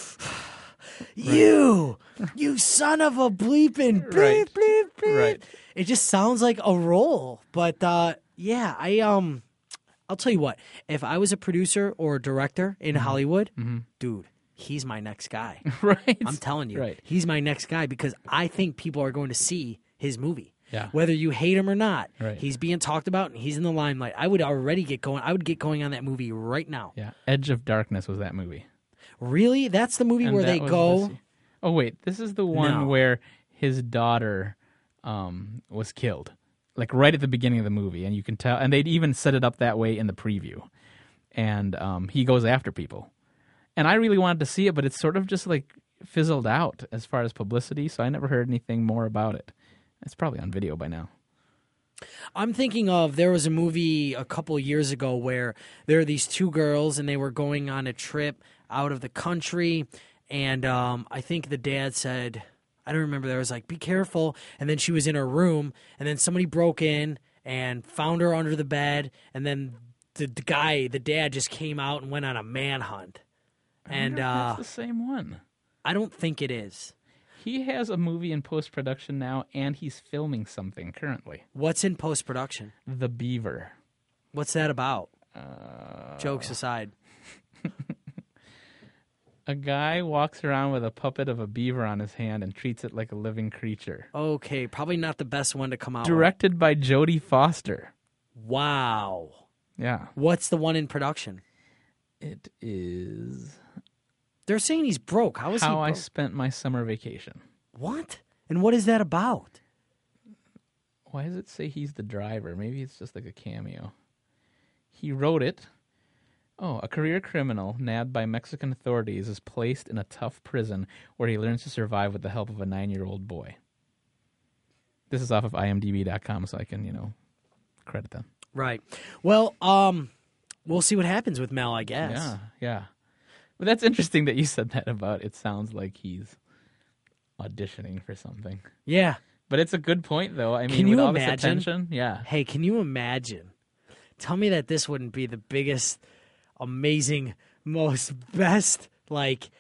S2: <sighs> you, you son of a bleeping bleep
S1: Right.
S2: bleep bleep.
S1: Right.
S2: It just sounds like a role. But uh, yeah, I um, I'll tell you what. If I was a producer or a director
S1: Mm-hmm.
S2: in Hollywood, dude, he's my next guy.
S1: <laughs> right.
S2: I'm telling you,
S1: Right.
S2: he's my next guy because I think people are going to see his movie.
S1: Yeah.
S2: Whether you hate him or not,
S1: Right.
S2: he's being talked about and he's in the limelight. I would already get going. I would get going on that movie right now.
S1: Yeah. Edge of Darkness was that movie.
S2: Really? That's the movie
S1: And
S2: where
S1: that
S2: they
S1: was
S2: go.
S1: this- oh wait, this is the one
S2: No.
S1: where his daughter um, was killed, like right at the beginning of the movie, and you can tell. And they'd even set it up that way in the preview, and um, he goes after people. And I really wanted to see it, but it's sort of just like fizzled out as far as publicity, so I never heard anything more about it. It's probably on video by now.
S2: I'm thinking of there was a movie a couple years ago where there are these two girls and they were going on a trip out of the country, and um, I think the dad said, I don't remember. There was like, be careful, and then she was in her room, and then somebody broke in and found her under the bed, and then the, the guy, the dad, just came out and went on a manhunt, and
S1: I wonder if
S2: uh,
S1: that's the same one.
S2: I don't think it is.
S1: He has a movie in post production now, and he's filming something currently.
S2: What's in post production?
S1: The Beaver.
S2: What's that about?
S1: Uh,
S2: Jokes aside.
S1: A guy walks around with a puppet of a beaver on his hand and treats it like a living creature.
S2: Okay, probably not the best one to come out. with.
S1: Directed by Jodie Foster.
S2: Wow.
S1: Yeah.
S2: What's the one in production?
S1: It is
S2: They're saying he's broke. How is he
S1: How
S2: broke?
S1: I Spent My Summer Vacation.
S2: what? And what is that about?
S1: Why does it say he's the driver? Maybe it's just like a cameo. He wrote it. Oh, a career criminal nabbed by Mexican authorities is placed in a tough prison where he learns to survive with the help of a nine year old boy. This is off of imdb.com, so I can, you know, credit them.
S2: Right. Well, um, we'll see what happens with Mel, I guess.
S1: Yeah, yeah. Well, that's interesting that you said that about it sounds like he's auditioning for something.
S2: Yeah.
S1: But it's a good point though. I mean,
S2: Can
S1: with
S2: you
S1: all this
S2: imagine?
S1: attention, yeah.
S2: Hey, can you imagine? Tell me that this wouldn't be the biggest, amazing, most best, like,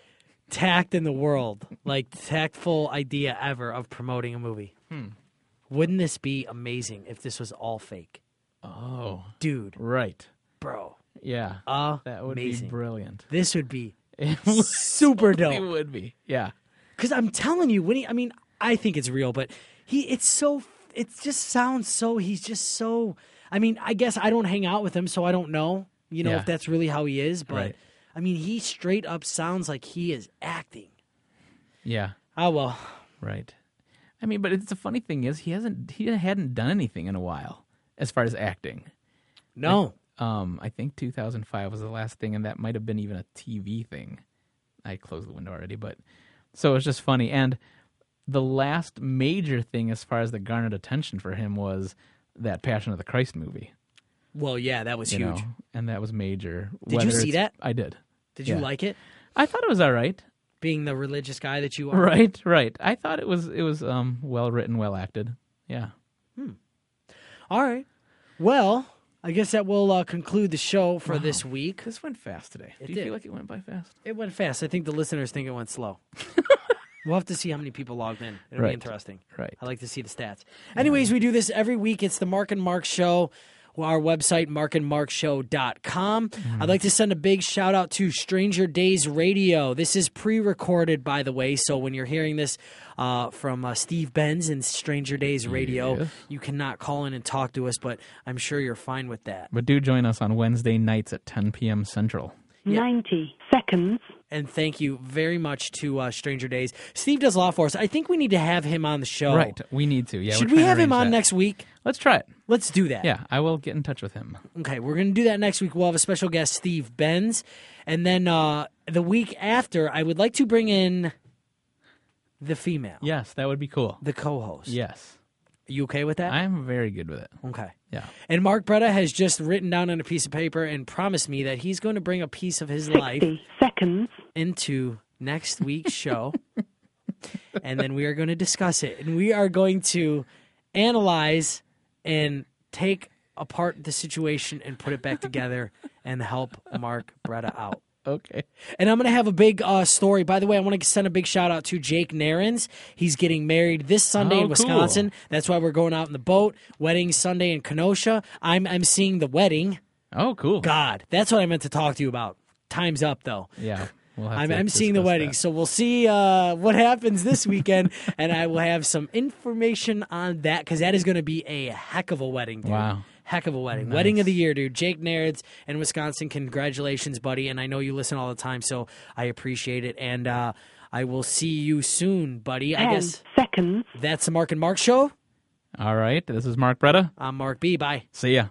S2: tact in the world, like, tactful idea ever of promoting a movie.
S1: Hmm.
S2: Wouldn't this be amazing if this was all fake?
S1: Oh,
S2: Dude,
S1: right.
S2: bro.
S1: Yeah. that would
S2: Amazing.
S1: be brilliant. <laughs>
S2: This would be
S1: It Uh, would-
S2: super
S1: it
S2: dope.
S1: would be. Yeah.
S2: Because I'm telling you, when he, I mean, I think it's real, but he, it's so, it just sounds so, he's just so, I mean, I guess I don't hang out with him, so I don't know, you know,
S1: Yeah.
S2: if that's really how he is, but
S1: Right.
S2: I mean, he straight up sounds like he is acting.
S1: Yeah.
S2: Oh, well,
S1: Right. I mean, but it's the funny thing is he hasn't he hadn't done anything in a while as far as acting.
S2: no.
S1: Um, I think 2005 was the last thing, and that might have been even a TV thing. I closed the window already, but so it's just funny. And the last major thing, as far as the garnered attention for him, was that Passion of the Christ movie.
S2: Well, yeah, that was
S1: you
S2: huge.
S1: know, and that was major.
S2: Did you see
S1: it's-
S2: that?
S1: I did.
S2: Did you
S1: Yeah.
S2: like it?
S1: I thought it was all right. <laughs>
S2: Being the religious guy that you are.
S1: Right, right. I thought it was it was um well written, well acted. Yeah.
S2: All right. Well, I guess that will uh, conclude the show for this week.
S1: This went fast today.
S2: It
S1: Do you
S2: did.
S1: feel like it went by fast?
S2: It went fast. I think the listeners think it went
S1: <laughs>
S2: slow. we'll have to see how many people logged in. It'll
S1: Right.
S2: be interesting.
S1: Right.
S2: I like to see the stats. Anyways, we do this every week. It's the Mark and Mark show. our website, markandmarkshow.com.
S1: Mm-hmm.
S2: I'd like to send a big shout out to Stranger Days Radio. This is pre recorded, by the way, so when you're hearing this uh, from uh, Steve Benz and Stranger Days Radio, you cannot call in and talk to us, but I'm sure you're fine with that.
S1: But do join us on Wednesday nights at 10 p.m. Central.
S3: 90 seconds.
S2: And thank you very much to uh, Stranger Days. Steve does a lot for us. I think we need to have him on the show.
S1: Right. We need to. Yeah. we're
S2: Should
S1: trying
S2: we
S1: to
S2: have him
S1: arrange
S2: on
S1: that.
S2: next week?
S1: Let's try it.
S2: Let's do that.
S1: Yeah, I will get in touch with him.
S2: Okay, we're going to do that next week. We'll have a special guest, Steve Benz. And then uh, the week after, I would like to bring in the female,
S1: Yes, that would be cool.
S2: the co host.
S1: Yes.
S2: You okay with that?
S1: I'm very good with it.
S2: okay.
S1: Yeah.
S2: And Mark Bretta has just written down on a piece of paper and promised me that he's going to bring a piece of his life
S3: 60 seconds.
S2: into
S1: <laughs>
S2: next week's show. and then we are going to discuss it. And we are going to analyze and take apart the situation and put it back together and help Mark Bretta out.
S1: Okay.
S2: And I'm going to have a big uh, story. By the way, I want to send a big shout out to Jake Nairns. He's getting married this Sunday
S1: Oh,
S2: in
S1: cool.
S2: Wisconsin. That's why we're going out in the boat. Wedding Sunday in Kenosha. I'm I'm seeing the wedding.
S1: Oh, cool.
S2: God, that's what I meant to talk to you about. Time's up though.
S1: Yeah. We'll have
S2: I'm,
S1: to
S2: I'm seeing the
S1: discuss
S2: wedding,
S1: that.
S2: so we'll see uh, what happens this
S1: <laughs>
S2: weekend, and I will have some information on that because that is going to be a heck of a wedding. Dude.
S1: Wow.
S2: Heck of a wedding. Wedding of the year, dude. Jake Nerds in Wisconsin. Congratulations, buddy. And I know you listen all the time, so I appreciate it. And uh, I will see you soon, buddy.
S3: 10
S2: I guess
S3: seconds.
S2: that's the Mark and Mark show.
S1: All right. This is Mark Bretta.
S2: I'm Mark B. Bye.
S1: See ya.